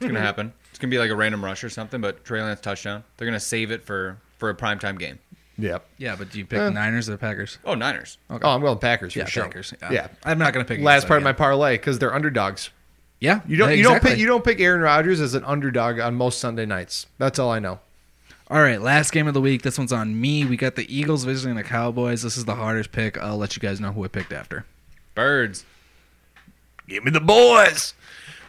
Speaker 3: It's gonna happen. It's gonna be like a random rush or something, but Trey Lance touchdown. They're gonna save it for for a primetime game.
Speaker 4: Yep.
Speaker 2: Yeah, but do you
Speaker 4: Uh,
Speaker 2: pick the Niners or the Packers?
Speaker 3: Oh, Niners.
Speaker 4: Oh, I'm going Packers for
Speaker 2: Yeah,
Speaker 4: sure.
Speaker 2: Packers. Yeah.
Speaker 4: yeah.
Speaker 2: I'm not going to pick
Speaker 4: last
Speaker 2: against
Speaker 4: part of my
Speaker 2: them,
Speaker 4: parlay because they're underdogs.
Speaker 2: Yeah. Yeah,
Speaker 4: You don't you don't
Speaker 2: exactly.
Speaker 4: pick you don't pick Aaron Rodgers as an underdog on most Sunday nights. That's all I know.
Speaker 2: All right, last game of the week. This one's on me. We got the Eagles visiting the Cowboys. This is the hardest pick. I'll let you guys know who I picked after.
Speaker 3: Birds.
Speaker 4: Give me the boys.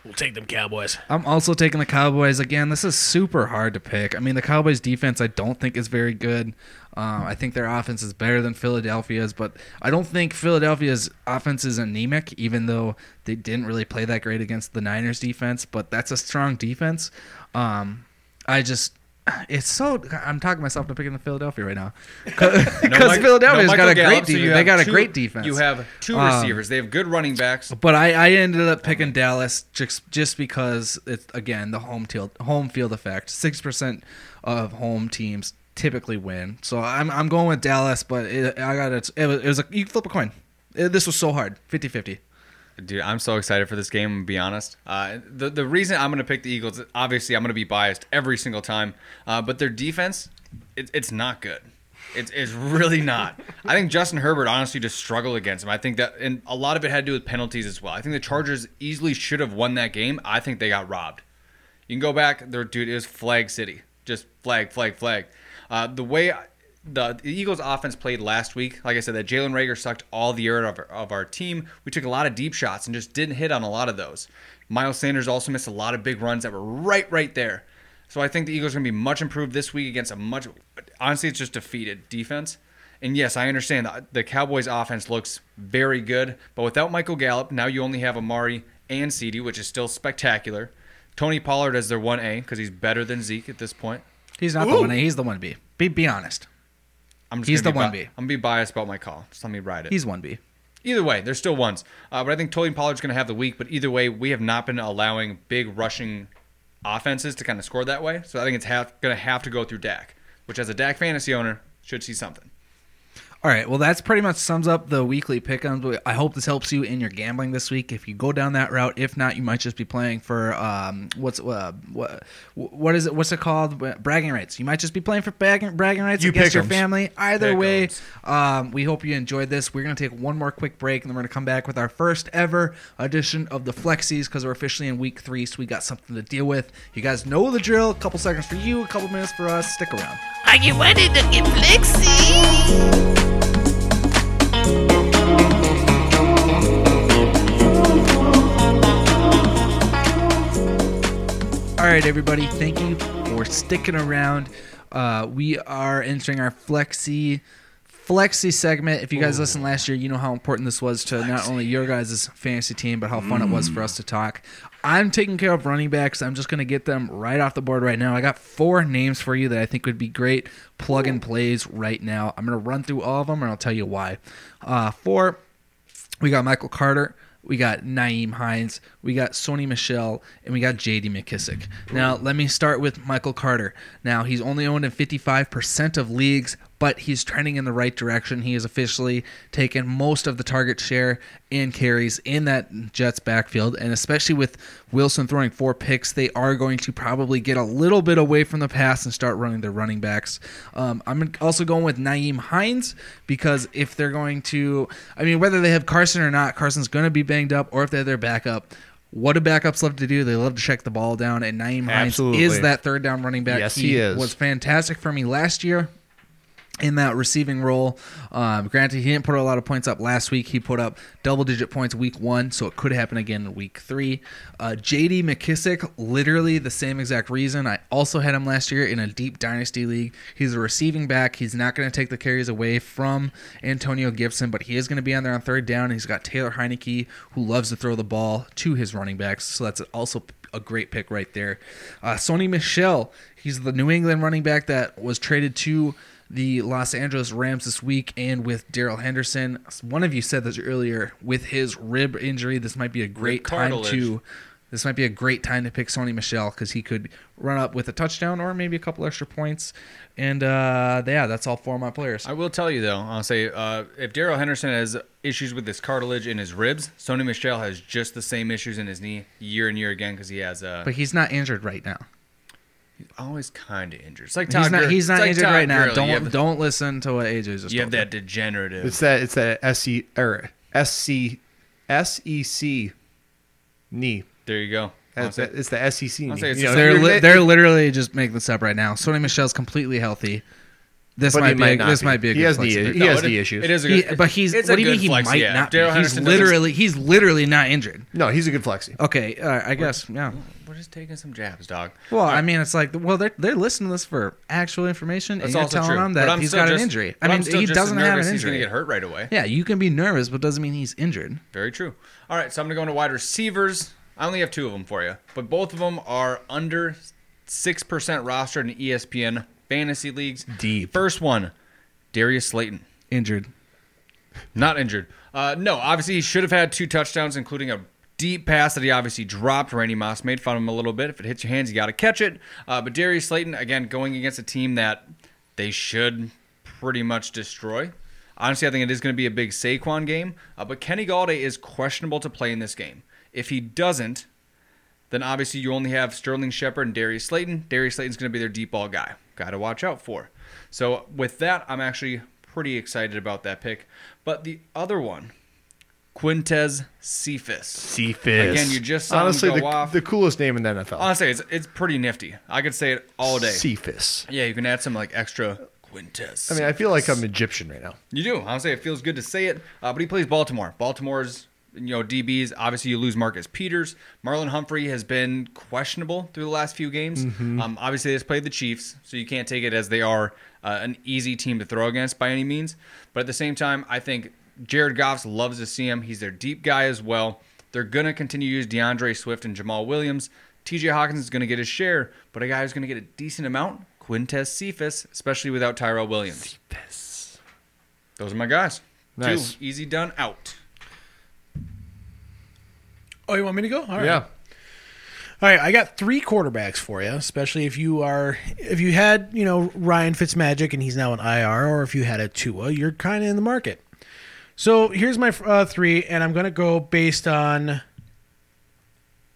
Speaker 5: We'll take them Cowboys.
Speaker 2: I'm also taking the Cowboys again. This is super hard to pick. I mean, the Cowboys defense I don't think is very good. Um, I think their offense is better than Philadelphia's, but I don't think Philadelphia's offense is anemic, even though they didn't really play that great against the Niners defense. But that's a strong defense. Um, I just. It's so. I'm talking myself into picking the Philadelphia right now, because
Speaker 3: Mike-
Speaker 2: Philadelphia's
Speaker 3: no Michael
Speaker 2: got a
Speaker 3: Gallup,
Speaker 2: great
Speaker 3: so you
Speaker 2: defense. they
Speaker 3: have
Speaker 2: got
Speaker 3: two-
Speaker 2: a great defense.
Speaker 3: You have two
Speaker 2: Um,
Speaker 3: receivers. They have good running backs.
Speaker 2: But I, I ended up picking Dallas just just because it's again the home field home field effect. Six percent of home teams typically win, so I'm I'm going with Dallas. But it, I got it. It was, it was a you flip a coin. It- this was so hard, 50-50.
Speaker 3: Dude, I'm so excited for this game. I'm gonna be honest. Uh, the the reason I'm gonna pick the Eagles, obviously, I'm gonna be biased every single time. Uh, but their defense, it, it's not good. It's it's really not. I think Justin Herbert honestly just struggled against him. I think that, and a lot of it had to do with penalties as well. I think the Chargers easily should have won that game. I think they got robbed. You can go back there, dude. It was flag city, just flag, flag, flag. Uh, the way I- the, the Eagles' offense played last week, like I said, that Jalen Rager sucked all the air out of, our- of our team. We took a lot of deep shots and just didn't hit on a lot of those. Miles Sanders also missed a lot of big runs that were right, right there. So I think the Eagles are going to be much improved this week against a much. Honestly, it's just defeated defense. And yes, I understand the, the Cowboys' offense looks very good, but without Michael Gallup, now you only have Amari and CD, which is still spectacular. Tony Pollard as their one A because he's better than Zeke at this point.
Speaker 2: He's not the
Speaker 5: Ooh.
Speaker 2: one A. He's the one B. Be be honest.
Speaker 3: I'm just
Speaker 2: He's
Speaker 3: gonna
Speaker 2: the
Speaker 3: be
Speaker 2: 1B.
Speaker 3: I'm gonna be biased about my call. Just let me ride it.
Speaker 2: He's one B.
Speaker 3: either way, they're still ones. Uh, but I think Tony Pollard's going to have the week. But either way, we have not been allowing big rushing offenses to kind of score that way. So I think it's have, going to have to go through Dak, which as a Dak fantasy owner should see something.
Speaker 2: All right. Well, that's pretty much sums up the weekly pickums. I hope this helps you in your gambling this week. If you go down that route, if not, you might just be playing for um, what's uh, what what is it? What's it called? Bragging rights. You might just be playing for bragging, bragging rights
Speaker 4: You
Speaker 2: against your
Speaker 4: pick'ems.
Speaker 2: family. Either way,
Speaker 3: Pick'ems.
Speaker 2: um, we hope you enjoyed this. We're gonna take one more quick break, and then we're gonna come back with our first ever edition of the Flexies because we're officially in week three, so we got something to deal with. You guys know the drill. A couple seconds for you, a couple minutes for us. Stick around.
Speaker 6: Are you ready to get flexy?
Speaker 2: All right, everybody. Thank you for sticking around. Uh, we are entering our flexi flexi segment. If you guys listened last year, you know how important this was to not only your guys' fantasy team, but how fun it was for us to talk. I'm taking care of running backs. I'm just going to get them right off the board right now. I got four names for you that I think would be great plug and plays right now. I'm going to run through all of them, and I'll tell you why. Uh, four. We got Michael Carter. We got Naeem Hines. We got Sony Michelle. And we got JD McKissick. Now, let me start with Michael Carter. Now, he's only owned in 55% of leagues, but he's trending in the right direction. He has officially taken most of the target share and carries in that Jets backfield. And especially with Wilson throwing four picks, they are going to probably get a little bit away from the pass and start running their running backs. Um, I'm also going with Naeem Hines because if they're going to, I mean, whether they have Carson or not, Carson's going to be banged up, or if they're their backup. What do backups love to do? They love to check the ball down, and Naeem Hines
Speaker 4: Absolutely.
Speaker 2: is that third down running back.
Speaker 4: Yes, he is.
Speaker 2: Was fantastic for me last year in that receiving role. Um, granted, he didn't put a lot of points up last week. He put up double digit points week one, so it could happen again in week three. Uh, JD McKissick, literally the same exact reason. I also had him last year in a deep dynasty league. He's a receiving back. He's not going to take the carries away from Antonio Gibson, but he is going to be on there on third down. He's got Taylor Heineke, who loves to throw the ball to his running backs, so that's also a great pick right there. Uh, Sony Michelle, he's the New England running back that was traded to the Los Angeles Rams this week and with Daryl Henderson. One of you said this earlier with his rib injury. This might be a great time
Speaker 3: cartilage.
Speaker 2: to. This might be a great time to pick Sony Michelle because he could run up with a touchdown or maybe a couple extra points. And uh, yeah, that's all four of my players.
Speaker 3: I will tell you though, I'll say uh, if Daryl Henderson has issues with his cartilage in his ribs, Sony Michelle has just the same issues in his knee year and year again because he has uh,
Speaker 2: But he's not injured right now.
Speaker 3: always kind of injured. It's like Todd
Speaker 2: He's not.
Speaker 3: Gurley.
Speaker 2: He's
Speaker 3: It's
Speaker 2: not
Speaker 3: like
Speaker 2: injured
Speaker 3: Todd
Speaker 2: right now.
Speaker 3: Gurley.
Speaker 2: Don't
Speaker 3: You have,
Speaker 2: don't listen to what AJ's just.
Speaker 3: you have
Speaker 2: told you.
Speaker 3: that degenerative.
Speaker 4: It's that it's that SC or SC SEC E knee.
Speaker 3: there you go.
Speaker 4: That's
Speaker 3: Honestly. Oh,
Speaker 4: that, it's the SEC knee.
Speaker 3: I'll say it's
Speaker 4: You
Speaker 3: the same-
Speaker 4: know,
Speaker 2: They're
Speaker 4: you're-
Speaker 2: li-
Speaker 4: they-
Speaker 2: they're literally just making this up right now. Sony Michelle's completely healthy. This
Speaker 4: but he
Speaker 2: might be
Speaker 4: might
Speaker 2: a,
Speaker 4: not
Speaker 2: this might be a
Speaker 4: He
Speaker 2: good
Speaker 4: has
Speaker 2: flex
Speaker 4: knee.
Speaker 2: pick.
Speaker 4: He has
Speaker 3: it-
Speaker 4: knee issues.
Speaker 3: It is a
Speaker 2: He-
Speaker 3: good,
Speaker 2: but he's
Speaker 3: it's
Speaker 2: what
Speaker 3: a
Speaker 2: do you mean
Speaker 3: good
Speaker 2: he
Speaker 3: flex,
Speaker 2: might
Speaker 3: yeah.
Speaker 2: not?
Speaker 3: Daryl
Speaker 2: Be? He's
Speaker 3: Henderson doesn't-
Speaker 2: literally he's literally not injured.
Speaker 4: No, he's a good flexi.
Speaker 2: Okay, all right, I guess yeah.
Speaker 3: We're just taking some jabs, dog.
Speaker 2: Well, I mean, it's like well, they're they're listening to this for actual information, and
Speaker 3: That's
Speaker 2: you're
Speaker 3: also
Speaker 2: telling
Speaker 3: true.
Speaker 2: them
Speaker 3: But
Speaker 2: that
Speaker 3: I'm
Speaker 2: he's
Speaker 3: still
Speaker 2: got an
Speaker 3: just-
Speaker 2: injury.
Speaker 3: but
Speaker 2: I
Speaker 3: I'm
Speaker 2: mean,
Speaker 3: still
Speaker 2: he
Speaker 3: just as
Speaker 2: doesn't have
Speaker 3: nervous
Speaker 2: an
Speaker 3: He's going to
Speaker 2: injury.
Speaker 3: get hurt right away.
Speaker 2: Yeah, you can be nervous, but doesn't mean he's injured.
Speaker 3: Very true. All right, so I'm going to go into wide receivers. I only have two of them for you, but both of them are under 6% rostered in E ESPN fantasy leagues.
Speaker 4: Deep.
Speaker 3: First one, Darius Slayton.
Speaker 2: Injured.
Speaker 3: Not injured. Uh, no, obviously he should have had two touchdowns, including a deep pass that he obviously dropped. Randy Moss made fun of him a little bit. If it hits your hands, you got to catch it. Uh, but Darius Slayton, again, going against a team that they should pretty much destroy. Honestly, I think it is going to be a big Saquon game. Uh, but Kenny Galladay is questionable to play in this game. If he doesn't, then obviously you only have Sterling Shepard and Darius Slayton. Darius Slayton's going to be their deep ball guy. Got to watch out for. So with that, I'm actually pretty excited about that pick. But the other one, Quintez Cephas.
Speaker 4: Cephas.
Speaker 3: Again, you just saw him
Speaker 4: honestly
Speaker 3: go
Speaker 4: the,
Speaker 3: off.
Speaker 4: the coolest name in the NFL.
Speaker 3: Honestly, it's it's pretty nifty. I could say it all day.
Speaker 4: Cephas.
Speaker 3: Yeah, you can add some like extra Quintez.
Speaker 4: I mean, I feel like I'm Egyptian right now.
Speaker 3: You do. Honestly, it feels good to say it. Uh, but he plays Baltimore. Baltimore's, you know, DBs. Obviously, you lose Marcus Peters. Marlon Humphrey has been questionable through the last few games. Um, obviously, they've played the Chiefs, so you can't take it as they are uh, an easy team to throw against by any means. But at the same time, I think Jared Goff's loves to see him. He's their deep guy as well. They're going to continue to use DeAndre Swift and Jamal Williams. TJ Hawkins is going to get his share, but a guy who's going to get a decent amount, Quintez Cephas, especially without Tyrell Williams. Those are my guys.
Speaker 4: Nice.
Speaker 3: Two. Easy done out.
Speaker 5: Oh, you want me to go? All right.
Speaker 4: Yeah.
Speaker 5: All right, I got three quarterbacks for you, especially if you are if you had you know Ryan Fitzmagic and he's now an IR, or if you had a Tua, you're kind of in the market. So here's my uh, three, and I'm gonna go based on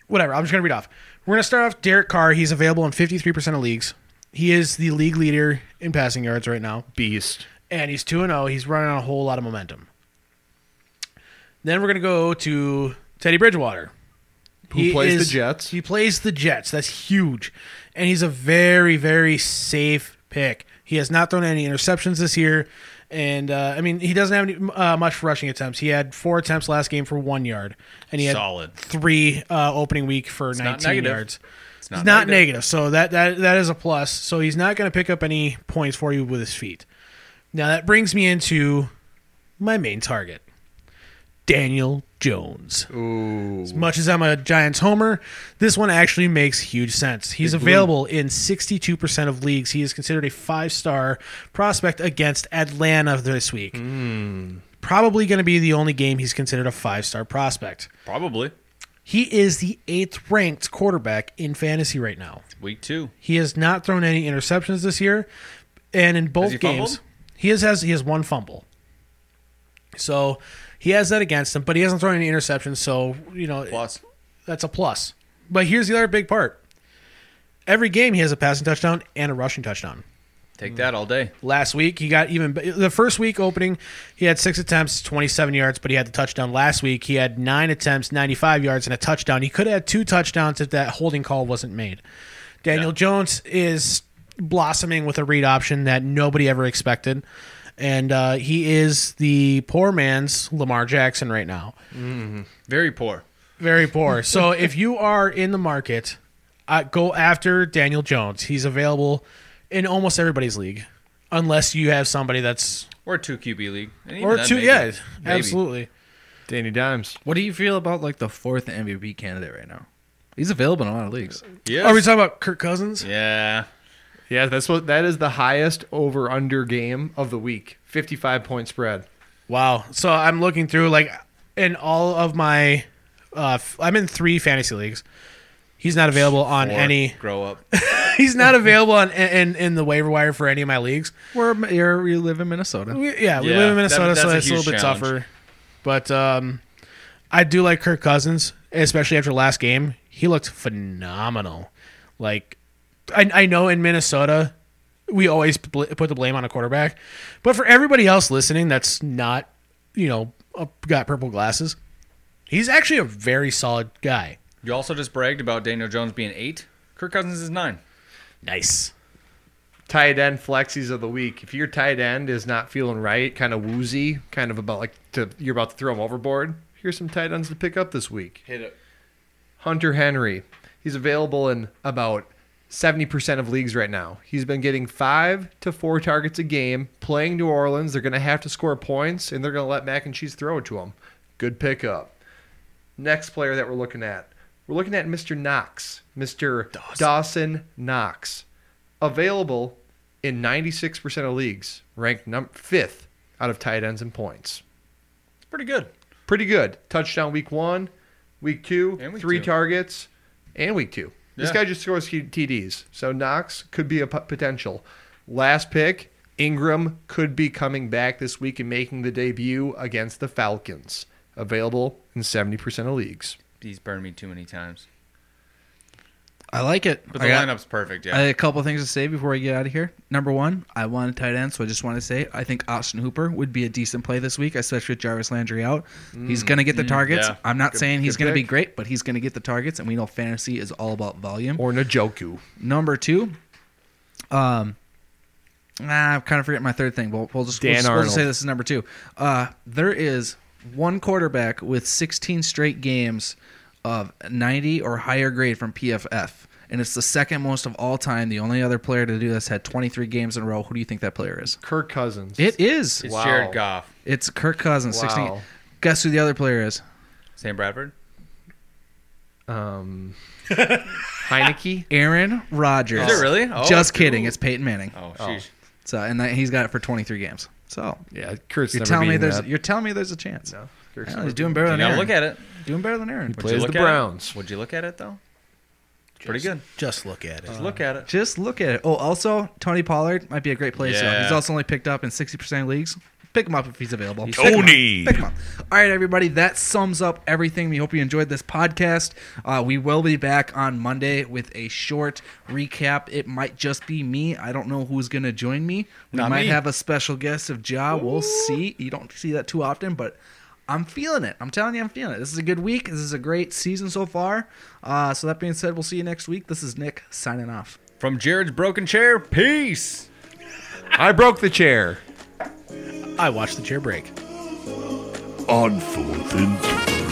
Speaker 5: whatever. I'm just gonna read off. We're gonna start off Derek Carr. He's available in 53% of leagues. He is the league leader in passing yards right now
Speaker 4: Beast.
Speaker 5: and he's 2 0. He's running on a whole lot of momentum. Then we're going to go to Teddy Bridgewater.
Speaker 4: Who plays the Jets.
Speaker 5: He plays the Jets. That's huge. And he's a very, very safe pick. He has not thrown any interceptions this year. And, uh, I mean, he doesn't have any, uh, much rushing attempts. He had four attempts last game for one yard. And he had
Speaker 3: Solid.
Speaker 5: three uh, opening week for
Speaker 3: not
Speaker 5: 19
Speaker 3: negative.
Speaker 5: yards. It's
Speaker 3: not
Speaker 5: not, negative.
Speaker 3: negative.
Speaker 5: So that, that that is a plus. So he's not going to pick up any points for you with his feet. Now that brings me into my main target, Daniel Jones. As much as I'm a Giants homer, this one actually makes huge sense. He's available in 62% of leagues. He is considered a five-star prospect against Atlanta this week. Hmm. Probably going to be the only game he's considered a five-star prospect.
Speaker 3: Probably.
Speaker 5: He is the eighth ranked quarterback in fantasy right now.
Speaker 3: Week two.
Speaker 5: He has not thrown any interceptions this year, and in both
Speaker 3: he
Speaker 5: games,
Speaker 3: fumbled?
Speaker 5: he has, has he has one fumble. So he has that against him, but he hasn't thrown any interceptions. So you know,
Speaker 3: Plus.
Speaker 5: that's a plus. But here's the other big part: every game he has a passing touchdown and a rushing touchdown.
Speaker 3: Take that all day.
Speaker 5: Last week he got even the first week opening, he had six attempts, twenty seven yards, but he had the touchdown. Last week he had nine attempts, ninety five yards, and a touchdown. He could have had two touchdowns if that holding call wasn't made. Daniel Jones is blossoming with a read option that nobody ever expected, and uh, he is the poor man's Lamar Jackson right now.
Speaker 3: Very poor.
Speaker 5: Very poor. So if you are in the market, uh, go after Daniel Jones. He's available in almost everybody's league, unless you have somebody that's
Speaker 3: Or a two QB league. And even
Speaker 5: or
Speaker 3: then,
Speaker 5: two.
Speaker 3: maybe.
Speaker 5: Yeah,
Speaker 3: Maybe.
Speaker 5: absolutely.
Speaker 4: Danny Dimes.
Speaker 2: What do you feel about like the fourth MVP candidate right now? He's available in a lot of leagues.
Speaker 3: Yes.
Speaker 5: Are we talking about Kirk Cousins?
Speaker 3: yeah.
Speaker 4: Yeah, that's what that is the highest over under game of the week. 55 point spread.
Speaker 5: Wow. So I'm looking through like in all of my, uh, f- I'm in three fantasy leagues. He's not available on
Speaker 3: Or
Speaker 5: any.
Speaker 3: Grow up.
Speaker 5: He's not available on in, in the waiver wire for any of my leagues.
Speaker 2: Where you're, you live in Minnesota.
Speaker 5: We, yeah, we
Speaker 3: Yeah,
Speaker 5: live
Speaker 3: that-
Speaker 5: in Minnesota, so
Speaker 3: that's
Speaker 5: that's
Speaker 3: a
Speaker 5: a little
Speaker 3: huge
Speaker 5: bit
Speaker 3: challenge.
Speaker 5: tougher. But um, I do like Kirk Cousins, especially after last game. He looked phenomenal. Like, I, I know in Minnesota, we always bl- put the blame on a quarterback, but for everybody else listening, that's not, you know, uh, got purple glasses. He's actually a very solid guy.
Speaker 3: You also just bragged about Daniel Jones being eight. Kirk Cousins is nine.
Speaker 5: Nice.
Speaker 4: Tight end flexies of the week. If your tight end is not feeling right, kind of woozy, kind of about like to, you're about to throw him overboard, here's some tight ends to pick up this week.
Speaker 3: Hit it.
Speaker 4: Hunter Henry. He's available in about 70% of leagues right now. He's been getting five to four targets a game, playing New Orleans. They're going to have to score points, and they're going to let Mac and Cheese throw it to him. Good pickup. Next player that we're looking at. We're looking at Mr. Knox, Mr. Dawson, Knox. Available in 96% of leagues, ranked num- fifth out of tight ends in points
Speaker 3: It's pretty good.
Speaker 4: pretty good. Touchdown week one, week two,
Speaker 3: And week
Speaker 4: three
Speaker 3: two.
Speaker 4: targets, and week two. This
Speaker 3: Yeah.
Speaker 4: guy just scores T- TDs. So Knox could be a p- potential. Last pick, Ingram could be coming back this week and making the debut against the Falcons. Available in 70% of leagues.
Speaker 3: He's burned me too many times.
Speaker 2: I like it.
Speaker 3: But
Speaker 2: I
Speaker 3: the
Speaker 2: got-
Speaker 3: lineup's perfect.
Speaker 2: I
Speaker 3: Yeah,
Speaker 2: had a couple things to say before we get out of here. Number one, I want a tight end, so I just want to say I think Austin Hooper would be a decent play this week, especially with Jarvis Landry out. he's going to get the targets.
Speaker 3: yeah.
Speaker 2: I'm not saying he's
Speaker 4: Mm. good
Speaker 2: going to be
Speaker 4: pick.
Speaker 2: great, but he's going to get the targets, and we know fantasy is all about volume.
Speaker 4: Or Najoku.
Speaker 2: Number two, um, ah, I'm kind of forgetting my third thing. We'll, we'll just, we'll
Speaker 4: Dan
Speaker 2: just- we'll just
Speaker 4: Arnold.
Speaker 2: say this is number two. Uh, there is one quarterback with 16 straight games of 90 or higher grade from PFF, and it's the second most of all time. The only other player to do this had 23 games in a row. Who do you think that player is?
Speaker 4: Kirk Cousins.
Speaker 2: It is.
Speaker 3: it's
Speaker 4: Wow.
Speaker 3: Jared Goff,
Speaker 2: It's Kirk Cousins. 16.
Speaker 4: Wow.
Speaker 2: Guess who the other player is?
Speaker 3: Sam Bradford.
Speaker 4: um Heineke.
Speaker 2: Aaron Rodgers.
Speaker 3: Is it really? Oh,
Speaker 2: Just kidding.
Speaker 3: cool.
Speaker 2: It's Peyton Manning.
Speaker 3: Oh, sheesh.
Speaker 2: So, and that, he's got it for 23 games. So
Speaker 4: Yeah, Kurt's
Speaker 2: You're
Speaker 4: never
Speaker 2: telling me
Speaker 4: beating
Speaker 2: there's
Speaker 4: that.
Speaker 2: you're telling me there's a chance.
Speaker 4: No.
Speaker 2: Yeah, he's doing better
Speaker 3: You
Speaker 2: than
Speaker 3: gotta
Speaker 2: Aaron.
Speaker 3: look at it.
Speaker 2: Doing better than Aaron.
Speaker 3: Would you
Speaker 4: Plays
Speaker 3: look
Speaker 4: the
Speaker 3: at it?
Speaker 4: Browns.
Speaker 3: Would you look at it though? It's pretty good.
Speaker 5: Just look at it.
Speaker 3: Just look at it.
Speaker 2: Just look at it. Oh, also Tony Pollard might be a great play. So
Speaker 3: Yeah.
Speaker 2: he's also only picked up in 60% of leagues. Pick him up if he's available.
Speaker 1: Tony.
Speaker 2: Pick him up. All right, everybody. That sums up everything. We hope you enjoyed this podcast. Uh, we will be back on Monday with a short recap. It might just be me. I don't know who's going to join me. We
Speaker 3: Not
Speaker 2: might
Speaker 3: me.
Speaker 2: have a special guest of Ja. We'll see. You don't see that too often, but I'm feeling it. I'm telling you, I'm feeling it. This is a good week. This is a great season so far. Uh, so that being said, we'll see you next week. This is Nick signing off.
Speaker 3: From Jared's broken chair. Peace.
Speaker 4: I broke the chair.
Speaker 5: I watched the chair break.
Speaker 1: On fourth and three.